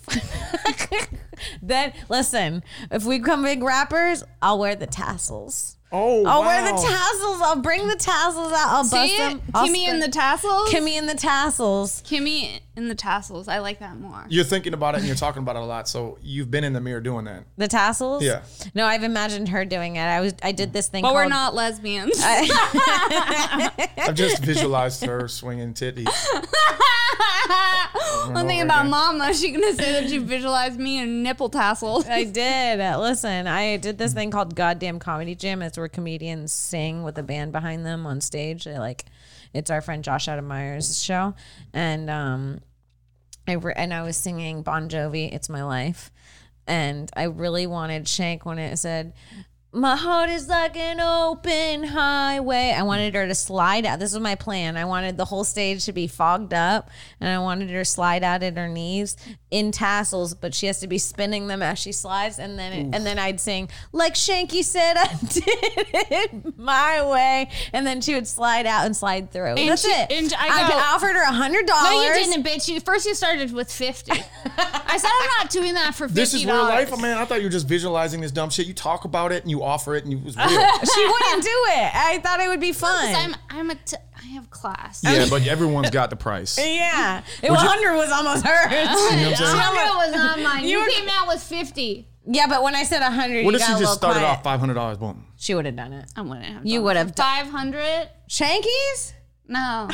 B: [laughs] then listen, if we become big rappers, I'll wear the tassels.
D: Oh,
B: I'll
D: wow.
B: wear the tassels. I'll bring the tassels out. I'll
E: See
B: bust
E: it?
B: them. I'll
E: Kimmy in the
B: spin-
E: tassels.
B: Kimmy in the tassels.
E: Kimmy in the tassels. I like that more.
D: You're thinking about it and you're talking about it a lot. So you've been in the mirror doing that.
B: The tassels.
D: Yeah.
B: No, I've imagined her doing it. I was. I did this thing.
E: But we're
B: called-
E: not lesbians.
B: [laughs]
D: I've just visualized her swinging titties.
E: [laughs] One thing
D: [laughs]
E: about mama, she gonna say that she visualized me in nipple tassels.
B: I did. Uh, Listen, I did this thing called Goddamn Comedy Jam. It's where comedians sing with a band behind them on stage. They, like, it's our friend Josh Adam Meyer's show, and um, I re- and I was singing Bon Jovi, "It's My Life," and I really wanted Shank when it said. My heart is like an open highway. I wanted her to slide out. This was my plan. I wanted the whole stage to be fogged up and I wanted her to slide out at her knees in tassels, but she has to be spinning them as she slides and then and then I'd sing like Shanky said I [laughs] did it my way and then she would slide out and slide through.
C: And
B: That's
C: she-
B: it.
C: and I
B: I,
C: go-
B: offered her a $100.
E: Oh,
C: No, you didn't, bitch. You, first, you started with fifty. I said I'm not doing that for fifty.
D: This is real life, man. I thought you were just visualizing this dumb shit. You talk about it and you offer it and it
B: [laughs]
D: was real.
B: She wouldn't do it. I thought it would be fun.
C: I'm I'm a t- I have class.
D: yeah, but everyone's got
B: [laughs]
D: the
C: [laughs]
D: price.
B: yeah. 100 was almost hers. [laughs]
D: You know what I'm saying?
C: Hundred was not mine. You,
B: You were-
C: came out with fifty.
B: Yeah, but when I said 100,
D: What
B: you
D: if
B: got
D: she
B: a little
D: just started
B: quiet.
D: off five hundred dollars? Boom.
B: She would have done it.
E: I wouldn't have.
B: You
E: done
B: would have done
C: Five hundred.
B: Shankies?
E: No.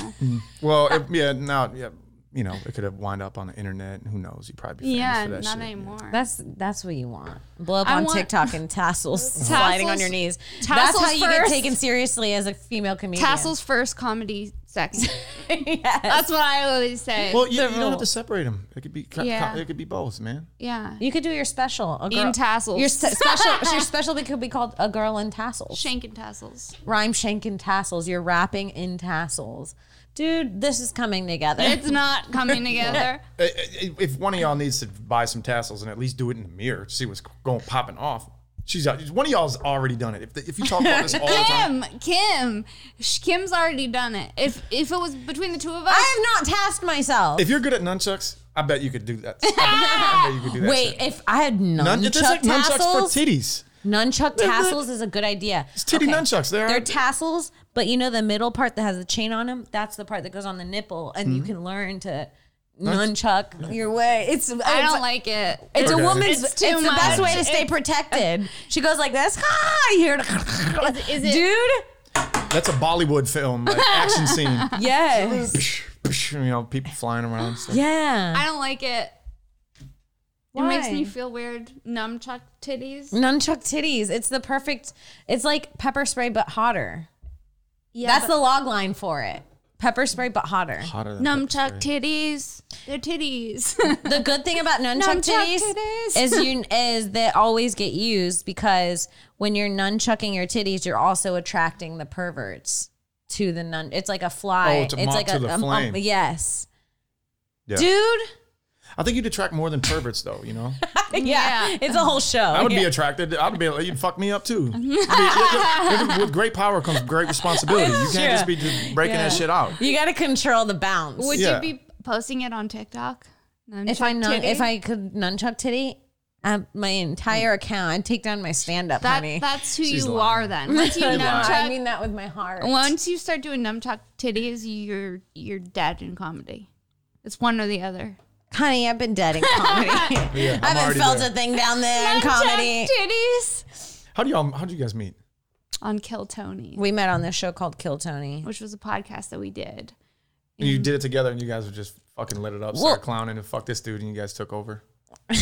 D: Well, it, yeah, now yeah, you know it could have wind up on the internet. Who knows? You probably be famous
E: Yeah,
D: for
E: not
D: that shit.
E: anymore.
B: That's that's what you want. Blow up
E: I
B: on
E: want-
B: TikTok
E: [laughs]
B: and tassels, sliding on
E: Tassels-
B: your knees. that's
E: tassels
B: how you get
E: first.
B: taken seriously as a female comedian.
E: tassels first, comedy second.
B: [laughs] yes.
E: [laughs] That's what I always say.
D: Well, you, you don't have to separate them. It could be co- co-
E: Yeah.
D: it could be both, man.
E: yeah.
B: You could do your special. A girl,
E: In tassels.
B: Your se-
E: [laughs]
B: special. your special could be called a girl in tassels.
E: Shank and tassels.
B: Rhyme shank in tassels. You're rapping in tassels, dude. This is coming together.
E: It's not coming together.
D: I- I- If one of y'all needs to buy some tassels and at least do it in the mirror to see what's going popping off, she's out. one of y'all's already done it. If, the, if you talk about
E: [laughs]
D: this [laughs] all the time,
E: Kim, Kim, Sh- Kim's already done it. If if it was between the two of us,
B: I have not tasked myself.
D: if you're good at nunchucks, I bet you could do that. I bet, I bet you could do that.
B: Wait,
D: shit.
B: if I had nunchuck
D: Nun- it's like nunchucks
B: tassels,
D: for titties.
B: Nunchuck tassels is a good idea. It's
D: titty nunchucks. They are-
B: They're tassels, but you know the middle part that has the chain on them. That's the part that goes on the nipple, and you can learn to nunchuck your way. It's
E: I don't like it.
B: It's
D: Okay.
B: a woman's.
E: It's
B: It's,
E: too
B: the best
E: much.
B: way to stay
E: [laughs]
B: protected. She goes like this. Ah, you hear it.
C: Is, is it?
B: dude?
D: That's a Bollywood film like action scene.
B: Yes.
D: you know, people flying around. and stuff.
B: Yeah.
E: I don't like it. It makes me feel weird. Numchuck titties.
B: nunchuck titties. It's the perfect. It's like pepper spray but hotter.
E: Yeah,
B: That's the log line for it. Pepper spray but hotter.
D: Hotter than
E: numchuck titties. They're titties.
B: The good thing about nunchuck,
E: Nunchuck
B: titties,
E: titties.
B: is
E: [laughs]
B: you is they always get used because when you're nunchucking your titties, you're also attracting the perverts to the nun. It's like a fly.
D: Oh, to
B: it's
D: moth
B: like um,
D: to the flame.
B: yes,
D: Yeah.
B: dude.
D: I think you'd attract more than perverts, though.
B: [laughs]
D: You know,
B: Yeah.
E: [laughs] Yeah.
B: it's a whole show.
D: I would
B: Yeah.
D: be attracted. I'd be. You'd fuck me
B: [laughs]
D: up too. I mean, it- it- it- with great power comes great responsibility. You can't just be just breaking that
B: Yeah.
D: shit out.
B: you got to control the bounce.
E: [laughs] Would
D: Yeah.
E: you be posting it on TikTok?
B: if I nun-
E: titty?
B: if I could nunchuck titty, uh, my entire
D: Hmm.
B: account, I'd take down my stand up
E: That
B: [laughs] money.
E: that's who
D: She's
E: you
D: lying.
E: are then. [laughs] Once you
B: I
E: numchuck,
B: mean that with my heart.
E: once you start doing numchuck titties, you're you're dead in comedy. It's one or the other.
B: Honey, I've been
E: [laughs]
B: dead in comedy.
D: Yeah,
B: I
D: I'm
B: haven't
D: already
B: felt
D: there.
B: a thing down there in comedy.
E: Numchuck titties
D: How do y'all? How do you guys meet?
E: on Kill Tony,
B: We met on this show called Kill
E: [laughs]
B: Tony.
E: which was a podcast that we did.
D: And you did it together, and you guys were just fucking lit it up,
B: Mm-hmm. Well-
D: start clowning, and fuck this dude, and you guys took over.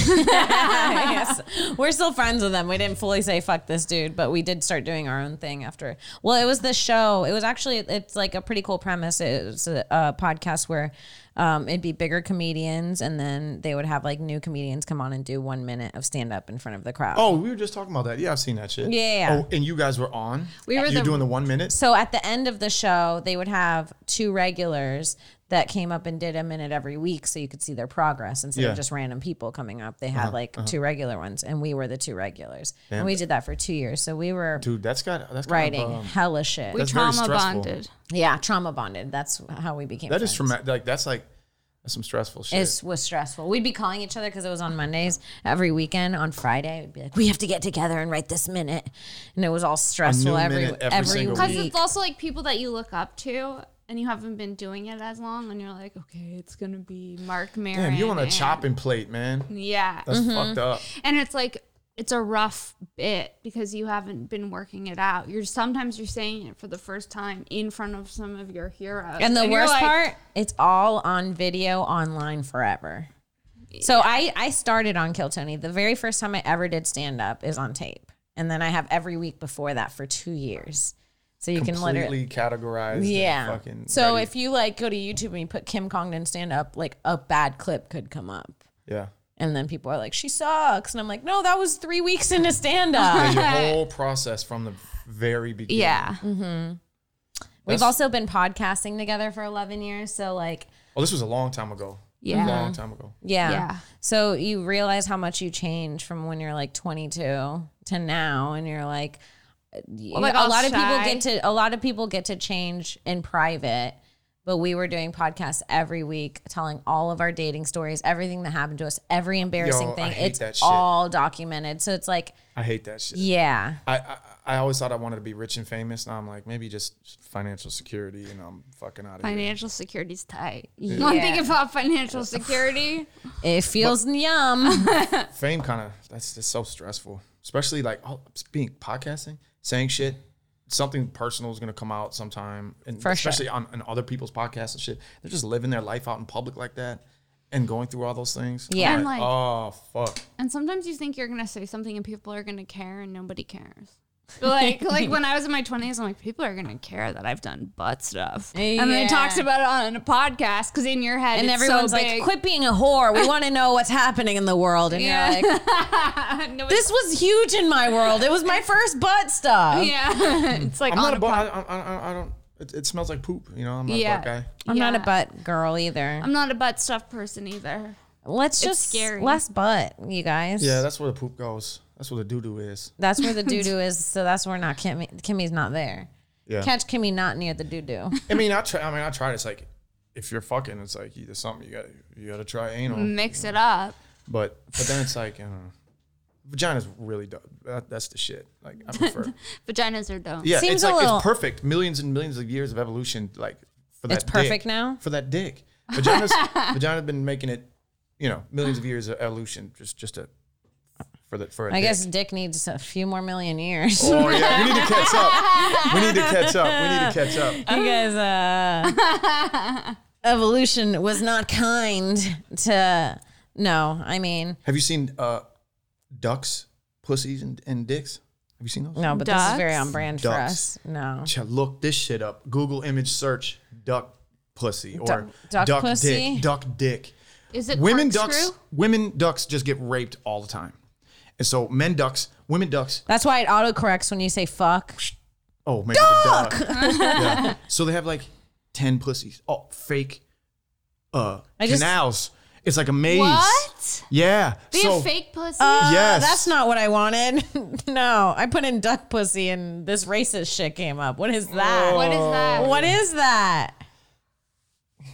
B: yes. [laughs] We're still friends with them. We didn't fully say fuck this dude, but we did start doing our own thing after. Well, it was this show. It was actually it's like a pretty cool premise. It's a, a podcast where um, it'd be bigger comedians, and then they would have like new comedians come on and do one minute of stand up in front of the crowd.
D: Oh, we were just talking about that. Yeah, I've seen that shit.
B: Yeah.
D: Oh, and you guys were on.
E: We were
D: You're
E: the-
D: doing the one minute.
B: So at the end of the show, they would have two regulars that came up and did a minute every week so you could see their progress instead
D: Yeah. Uh-huh,
B: of just random people coming up. They had like two regular ones and we were the two regulars. And we did that for two years. So we were
D: Dude, that's got that's kind
B: writing
D: of, um,
B: hella shit.
G: We
D: That's very
G: trauma
D: stressful.
G: bonded.
B: yeah, trauma bonded. That's how we became
D: that is
B: friends.
D: traumatic. Like that's like that's some stressful shit.
B: It was stressful. We'd be calling each other because it was on Mondays. Every weekend on Friday, it'd be like, we have to get together and write this minute. And it was all stressful every,
D: minute
B: every,
D: every single
B: week.
D: week.
E: Because it's also like people that you look up to and you haven't been doing it as long and you're like, okay, it's gonna be Mark Maron.
D: Damn, you on a
E: and-
D: chopping plate, man.
E: Yeah.
B: Mm-hmm.
D: That's fucked up.
E: And it's like it's a rough bit because you haven't been working it out. You're sometimes you're saying it for the first time in front of some of your heroes.
B: And the
E: you're
B: worst
E: like-
B: part, it's all on video online forever. So I, I started on Kill Tony. The very first time I ever did stand up is on tape. And then I have every week before that for two years. So you can literally
D: Completely categorized. and
B: Yeah.
D: Fucking
B: So
D: ready.
B: if you like go to YouTube and you put Kim Congdon stand up, like a bad clip could come up. [laughs]
D: yeah.
B: And then people are like, she sucks. And I'm like, no, that was three weeks into stand
D: [laughs] Yeah,
B: up.
D: your whole process from the very beginning.
E: Yeah.
D: Mm-hmm.
B: We've
D: That's-
B: also been podcasting together for 11 years. So, like,
D: Oh, this was a long time ago.
E: Yeah.
D: A long time ago.
B: yeah.
E: Yeah.
B: So you realize how much you change from when you're like 22 to now. And you're like, you-
E: like,
B: a
E: all
B: lot of people
E: shy.
B: get to, a lot of people get to change in private. But we were doing podcasts every week, telling all of our dating stories, everything that happened to us, every embarrassing
D: Yo, I
B: thing.
D: hate
B: it's
D: that shit.
B: all documented. So it's like,
D: I hate that shit.
B: yeah.
D: I, I I always thought I wanted to be rich and famous. Now I'm like maybe just financial security, and I'm fucking out of here.
G: Financial security's tight.
E: One
B: Yeah.
E: thing about financial security.
B: It feels yum.
D: Fame kind of that's just so stressful, especially like oh, being podcasting, saying shit. Something personal is gonna come out sometime, and
B: For sure.
D: especially on, on other people's podcasts and shit. They're just living their life out in public like that, and going through all those things. I'm
B: Yeah.
E: And,
D: like,
E: like-
D: oh fuck.
E: And sometimes you think you're gonna say something and people are gonna care and nobody cares. Like
B: [laughs]
E: like when I was in my twenties, I'm like, people are gonna care that I've done butt stuff. And then
B: Yeah.
E: it talks about it on a podcast because in your head
B: And
E: it's so
B: everyone's like,
E: big.
B: quit being a whore. We want to know what's happening in the world. And
E: Yeah.
B: you're like,
E: [laughs] No,
B: this was huge in my world. It was my first butt stuff.
E: [laughs] yeah, it's like
D: I'm
E: on
D: not
E: a
D: a butt. I, I, I, I don't. It, it smells like poop. You know, I'm not
E: Yeah.
D: a butt guy.
B: I'm not a
E: Yeah.
B: butt girl either.
E: I'm not a butt stuff person either.
B: Let's just
E: scary.
B: less butt, you guys.
D: Yeah, that's where the poop goes. That's where the doo doo is.
B: That's where
E: [laughs]
B: the doo doo is. So that's where not Kimmy. Kimmy's not there.
D: Yeah.
B: Catch Kimmy not near the doo doo.
D: I mean, I try. I mean, I tried. It's like if you're fucking, it's like you- there's something you got. You got to try
B: Mm.
D: anal.
E: Mix it up.
D: But but then it's like, I don't know. Vagina's really dope. That, that's the shit. Like
B: [laughs]
D: I prefer.
E: Vaginas are don't.
D: Yeah,
B: Seems
D: it's
B: a
D: like
B: little-
D: it's perfect. Millions and millions of years of evolution. Like for that.
B: It's perfect
D: dick.
B: now?
D: For that dick. Vagina's
B: [laughs]
D: vagina's been making it. You know, millions of years of evolution. Just just to for the for. I
B: I guess Dick needs a few more million years. [laughs]
D: Oh yeah, we
E: [laughs]
D: need to catch up. We need to catch up. We need to catch up.
B: you guys uh
E: [laughs]
B: evolution was not kind to no i mean
D: Have you seen uh, ducks, pussies, and, and dicks? Have you seen those?
B: no but this is very on brand for
D: Ducks.
B: us no
D: Ch- Look this shit up. Google image search duck pussy or
B: Duck- duck pussy?
D: dick. Duck dick.
E: Is it
D: Women
E: corkscrew?
D: ducks. Women ducks just get raped all the time, and so men ducks, women ducks.
B: that's why it autocorrects when you say fuck
D: Oh, maybe duck. the duck.
E: [laughs]
D: Yeah. So they have like ten pussies. Oh, fake uh,
B: I just-
D: canals. It's like a maze.
E: What?
D: Yeah.
E: They
D: so
E: have fake pussy.
B: Uh,
D: Yes.
B: that's not what i wanted [laughs] no i put in duck pussy and this racist shit came up what is that
E: Oh. what is that?
D: Oh.
B: what is that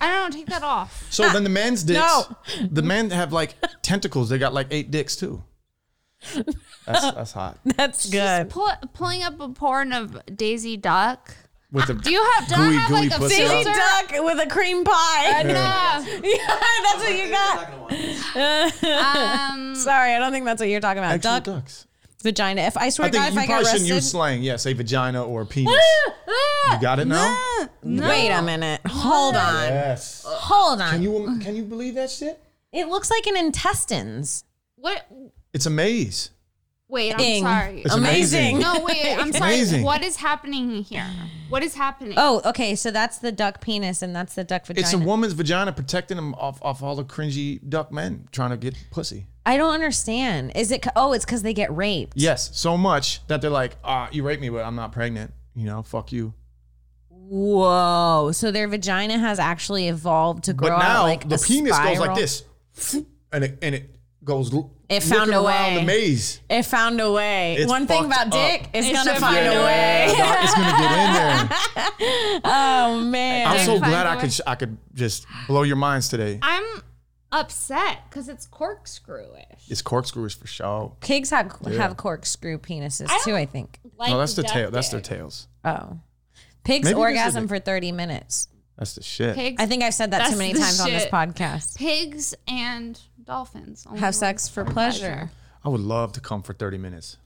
E: I don't know, take that off.
D: So then the men's dicks,
B: No.
D: the men have like tentacles. They got like eight dicks too. That's, that's hot.
B: that's good
E: Pull, pulling up a porn of Daisy Duck.
D: With the
E: Do you have? Do I
D: Gooey,
E: have
D: gooey
E: like a
D: pussy.
E: filter?
B: Baby duck with a cream pie. [laughs]
E: Yeah.
B: yeah, that's what you got.
E: Um,
B: Sorry, I don't think that's what you're talking about.
D: actual
B: Duck,
D: ducks.
B: vagina. If I swear
D: I
B: to God,
D: think
B: if
D: you
B: I got
D: probably shouldn't
B: arrested,
D: use slang. Yeah, say vagina or penis. you got it now.
B: Wait a minute. Hold on.
D: Yes.
B: Hold on.
D: Can you can you believe that shit?
B: it looks like an intestines.
E: what?
D: It's a maze.
E: Wait, I'm
B: Thing.
E: sorry.
D: It's amazing.
E: No,
B: [laughs]
E: wait, I'm sorry.
D: amazing.
E: What is happening here? What is happening?
B: Oh, okay. So that's the duck penis and that's the duck vagina.
D: It's a woman's vagina protecting them off off all the cringy duck men trying to get pussy.
B: I don't understand. Is it? c- Oh, it's because they get raped.
D: Yes, so much that they're like, ah, you raped me, but I'm not pregnant. You know, fuck you.
B: Whoa! So their vagina has actually evolved to grow
D: But
B: out
D: now
B: like
D: the
B: a
D: penis goes
B: spiral?
D: like this, and it and it goes. l-
B: It found
D: looking
B: a
D: around
B: way.
D: the maze.
B: It found a way.
D: It's
B: One thing about
D: fucked up.
B: dick, it's
E: It
B: gonna
E: should
B: find
E: find
B: a
E: a
B: way.
D: dog, it's gonna get in there.
B: [laughs] Oh man!
D: I'm so
E: find
D: glad
E: a
D: I
E: way.
D: could sh- I could just blow your minds today.
E: I'm upset because it's corkscrewish.
D: It's corkscrews for sure.
B: Pigs have have corkscrew penises
E: I
B: too.
E: don't-
B: I think.
E: Like
D: No, that's the
E: duck
D: tail. That's their
E: dick.
D: tails.
B: Oh, pigs
D: Maybe this is
B: orgasm
D: a-
B: for thirty minutes.
D: That's the shit.
E: Pigs,
B: I think I've said that
E: That's
B: too many
E: the
B: times on this
E: shit.
B: podcast.
E: pigs and dolphins Oh only
B: Have
E: do
B: sex for pleasure.
D: I would love to come for 30 minutes.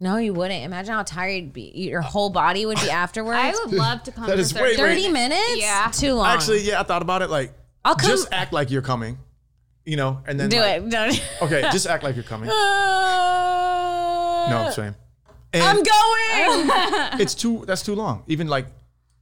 B: No, you wouldn't. Imagine how tired you'd be. Your whole body would be afterwards.
E: [laughs] I
D: [laughs]
E: would love to come.
D: That
E: for
D: is
E: 30
D: way-
B: Thirty minutes?
E: Yeah.
B: too long.
D: Actually, yeah, I thought about it. Like,
B: I'll come-
D: just act like you're coming, you know, and then
B: do
D: like-
B: it. Don't.
D: Okay, just act like you're coming.
B: [laughs]
D: No, oh. I'm saying
B: [laughs] I'm going.
E: [laughs]
D: it's too. That's too long. Even like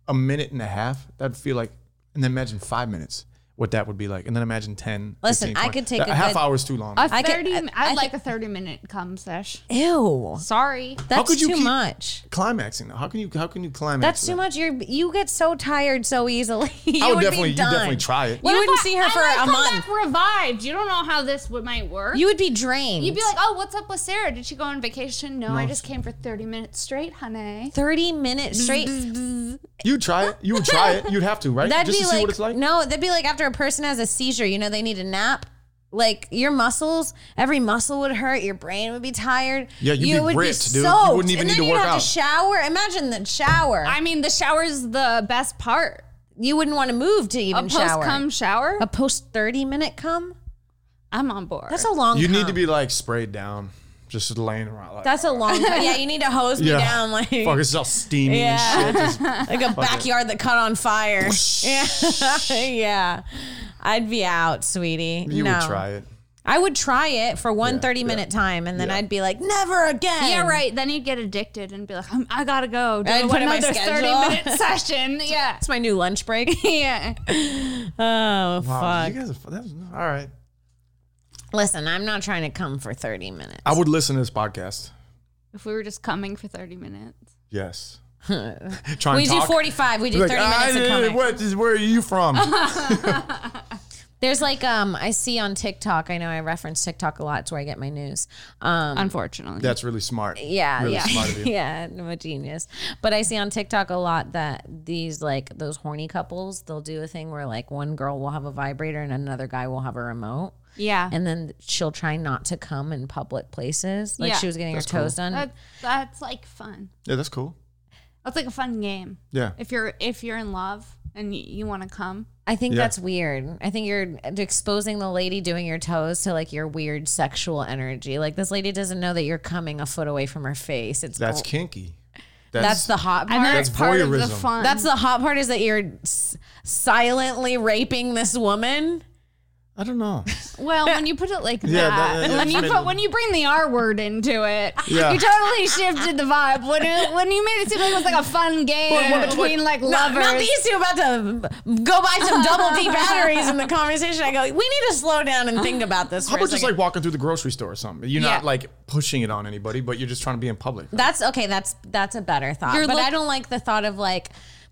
D: a minute and a half, that'd feel like. And then imagine five minutes, what that would be like, and then imagine 10.
B: Listen,
D: 15,
B: I
D: 20.
B: could take
D: That-
B: a
D: half
B: good-
D: hour is too long.
E: A
B: I could-
E: thirty.
B: I-
E: I'd
B: I
E: like a thirty-minute cum sesh.
B: Ew.
E: Sorry.
B: That's
D: could you
B: too
D: keep-
B: much.
D: climaxing though. How can you? How can you climax?
B: That's
D: that?
B: too much. You you get so tired so easily. [laughs] you
D: I would,
B: be
D: definitely. You
B: done.
D: definitely try it.
B: You wouldn't
E: If I-
B: see her
E: I
B: for
E: might
B: a
E: come
B: month.
E: Back revived. You don't know how this would might work.
B: You would be drained.
E: You'd be like, oh, what's up with Sarah? Did she go on vacation? No, I just came for 30 minutes straight, honey.
B: thirty minutes straight.
E: [laughs]
D: You try it. You would try it. You'd have to, right?
B: That'd
D: Just
B: be
D: to
B: like,
D: see what it's like.
B: no. That'd be like after a person has a seizure. You know, they need a nap. Like your muscles, every muscle would hurt. Your brain would be tired.
D: Yeah, you'd
B: you
D: be
B: would
D: ripped, dude. You
B: soaked,
D: wouldn't even
B: and then
D: need to
B: you'd
D: work
B: have
D: out.
B: To shower. Imagine the shower.
E: I mean, the shower's the best part.
B: you wouldn't want to move to
E: A
B: even
E: post
B: shower.
E: cum shower?
B: a post thirty minute cum.
E: I'm on board.
B: That's a long.
D: You need
B: cum.
D: to be like sprayed down, just laying around. Like,
B: That's a long. cum. Yeah, you need to hose me down like
D: fuck, it's all steamy
B: Yeah. [laughs]
D: and shit. Just-
B: like a backyard that caught on fire. yeah. [laughs] yeah. I'd be out, sweetie.
D: you
B: no.
D: would try it.
B: I would try it for one
D: Yeah,
B: 30
D: yeah.
B: minute time and then
D: Yeah.
B: I'd be like, never again.
E: yeah, right. Then you'd get addicted and be like, I'm, I gotta go. Do
B: I'd put it in my
E: another
B: schedule.
E: 30
B: [laughs]
E: minute session. Yeah.
B: It's my new lunch break. [laughs]
E: Yeah.
B: oh,
D: Wow,
B: fuck.
D: you guys are fu- that's- all right.
B: Listen, I'm not trying to come for 30 minutes.
D: I would listen to this podcast.
E: If we were just coming for 30 minutes.
B: [laughs]
D: Yes. Try and
B: we do
D: talk.
B: 45, we do
D: Be like,
B: 30
D: "I
B: minutes of
D: did-
B: coming.
D: what is- where are
B: [laughs]
D: you from?
B: There's like um I see on TikTok, I know I reference TikTok a lot, it's where I get my news. Um
E: Unfortunately.
D: That's really smart.
B: Yeah,
D: Really
B: yeah, [laughs]
E: [laughs]
D: smart of you.
B: yeah. I'm a genius. But I see on TikTok a lot that these like those horny couples, they'll do a thing where like one girl will have a vibrator and another guy will have a remote,
E: yeah.
B: and then she'll try not to come in public places. Like
E: Yeah.
B: she was getting
D: That's
B: her toes done.
E: That, that's like fun.
D: Yeah, that's cool.
E: That's like a fun game.
D: Yeah.
E: If you're if you're in love and you, you want to come,
B: I think
D: Yeah.
B: that's weird. I think you're exposing the lady doing your toes to like your weird sexual energy. Like this lady doesn't know that you're coming a foot away from her face. It's
D: That's
E: Oh.
B: gl-
D: kinky.
B: that's the hot part.
E: and
D: That's
E: that's part of the
D: voyeurism.
E: fun.
B: That's the hot part is that you're s- silently raping this woman.
D: I
E: [laughs]
D: don't know. [laughs]
E: Well, when you put it like that,
D: Yeah, that- that-
E: when you
D: that's
E: put
D: made-
E: when you bring the R word into it,
D: Yeah.
E: you totally shifted the vibe. When it, when you made it seem like it was like a fun game between like
B: Not,
E: lovers.
B: not these two about to go buy some double [laughs] D batteries in the conversation. I go, we need to slow down and think about this.
D: How
B: for a
D: about just
B: second."
D: like walking through the grocery store or something? You're not
E: Yeah.
D: like pushing it on anybody, but you're just trying to be
E: [laughs]
D: in public.
B: that's okay. That's that's a better thought.
E: You're
B: but
E: look-
B: I don't like the thought of like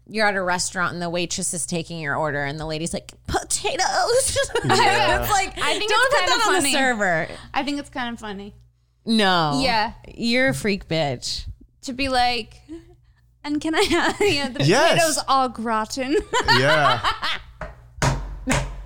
B: you're at a restaurant and the waitress is taking your order and the lady's like potatoes. [laughs] it's like
E: I think
B: don't
E: it's
B: put
E: kinda
B: that on the
E: funny.
B: server.
E: I think it's kind of funny
B: No.
E: Yeah.
B: You're a freak, bitch.
E: to be like, and can
B: [laughs]
E: I have yeah, the
D: Yes.
E: potatoes all gratin
D: Yeah.
E: [laughs]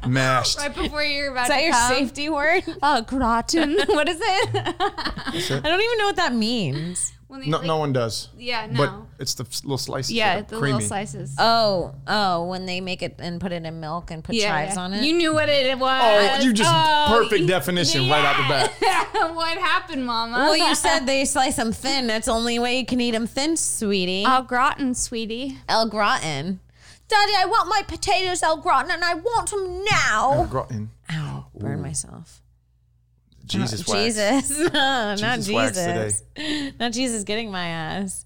D: Mashed.
E: right before you're about
B: Is that
E: to
B: your uh,
E: come?
B: safety word?
E: Oh, [laughs] gratin. what is it?
B: I don't even know what that means.
E: When they,
D: No,
E: like-
D: no one does.
E: Yeah,
D: But
E: no.
D: it's the s- little slices.
E: Yeah,
D: that are
E: the
D: creamy.
E: little slices.
B: Oh, oh, when they make it and put it in milk and put chives on it.
E: You knew what it was.
D: Oh, you just
E: Oh,
D: perfect
E: y-
D: definition right out the bat.
E: yeah. [laughs] what happened, Mama?
B: Well, Oh, you said they slice them thin. That's the only way you can eat them thin, sweetie.
E: Au gratin, sweetie.
B: El gratin. Daddy, I want my potatoes el gratin and I want them now.
D: Gratin.
B: Ow, burn myself.
D: Jesus wax.
B: Jesus. [laughs] No, not
D: Jesus wax
B: Jesus. [laughs] Not Jesus getting my ass.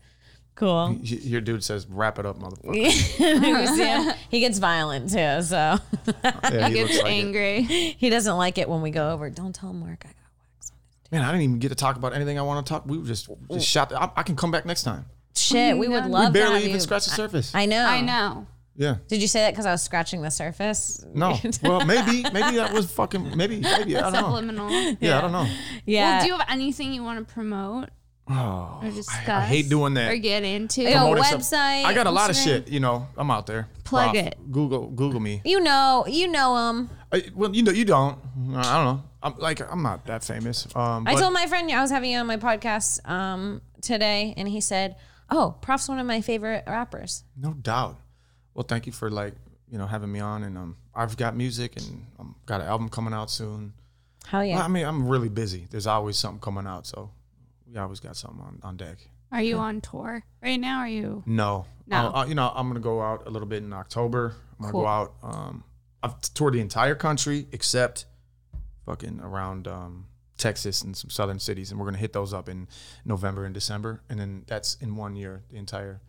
B: Cool.
D: Y- Your dude says, wrap it up, motherfucker.
B: You [laughs] see him? He gets violent too, so [laughs]
D: Yeah, he
E: Gets
D: looks like
C: [laughs]
D: it.
E: angry.
B: he doesn't like it when we go over. Don't tell him Mark. I got
D: Man, I didn't even get to talk about anything I want to talk. We were just, just shot. I, I can come back next time.
B: shit. We would
C: None.
B: love to
D: We
B: have
D: barely even
B: you.
D: scratched the surface.
B: I know.
C: I know.
D: yeah.
B: Did you say that because I was scratching the surface? [laughs]
D: No. well, maybe maybe that was fucking maybe maybe I don't know.
C: Subliminal. well,
D: Yeah, I don't know.
B: Yeah.
C: do you have anything you want to promote
D: Oh,
C: or discuss?
D: I hate doing that.
C: Or get into?
B: Yo,
D: Promoting some-
B: website.
D: I got a lot of
B: Instagram.
D: shit. You know, I'm out there.
C: Plug
D: Prof,
C: it.
D: Google Google me.
B: You know, you know him.
D: I, well, you know you don't. I don't know. I'm like I'm not that famous. Um,
B: I
D: but-
B: told my friend I was having you on my podcast um, today, and he said, "Oh, Prof's one of my favorite rappers."
D: No doubt. Well, thank you for like you know having me on, and um, I've got music and um, got an album coming out soon.
B: Hell yeah!
D: I mean, I'm really busy. There's always something coming out, so we always got something on, on deck.
E: Are you on tour right now? Are you?
D: No, no. you know, I'm gonna go out a little bit in October. I'm gonna go out. Um, I've toured the entire country except fucking around um, Texas and some southern cities, and we're gonna hit those up in November and December, and then that's in one year. The entire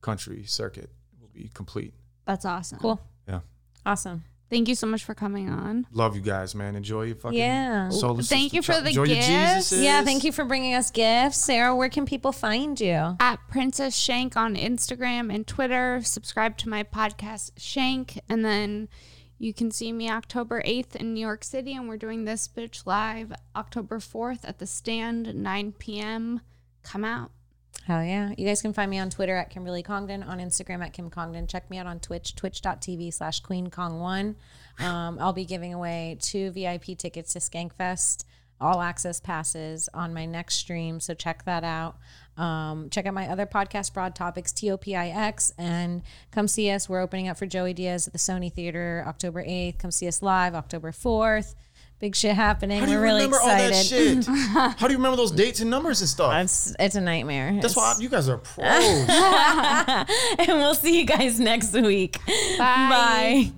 D: country circuit will be complete.
C: That's awesome.
B: Cool.
D: Yeah.
B: Awesome.
C: Thank you so much for coming on.
D: love you guys, man. Enjoy your fucking
B: Yeah.
D: Solar
C: Thank
D: System
C: you for
D: Tri-
C: the
D: enjoy your
C: gifts.
D: Jesuses.
B: Yeah, thank you for bringing us gifts, Sarah. Where can people find you?
C: At Princess Shank on Instagram and Twitter. Subscribe to my podcast, Shank. And then you can see me October 8th in New York City. And we're doing this bitch live October 4th at the stand, 9 p.m. Come [laughs] out.
B: Hell yeah. You guys can find me on Twitter at Kimberly Congdon, on Instagram at Kim Congdon. Check me out on Twitch, twitch.tv slash Queen Kong1. Um, I'll be giving away two VIP tickets to Skankfest, all access passes on my next stream. So check that out. Um, check out my other podcast, Broad Topics, T O P I X, and come see us. We're opening up for Joey Diaz at the Sony Theater October 8th. Come see us live October 4th. Big shit happening.
D: How do you
B: We're really
D: remember
B: excited.
D: all that shit? How do you remember those dates and numbers and
B: [laughs]
D: stuff?
B: It's, it's a nightmare. It's-
D: That's why you guys are pros.
B: [laughs] and we'll see you guys next week. Bye.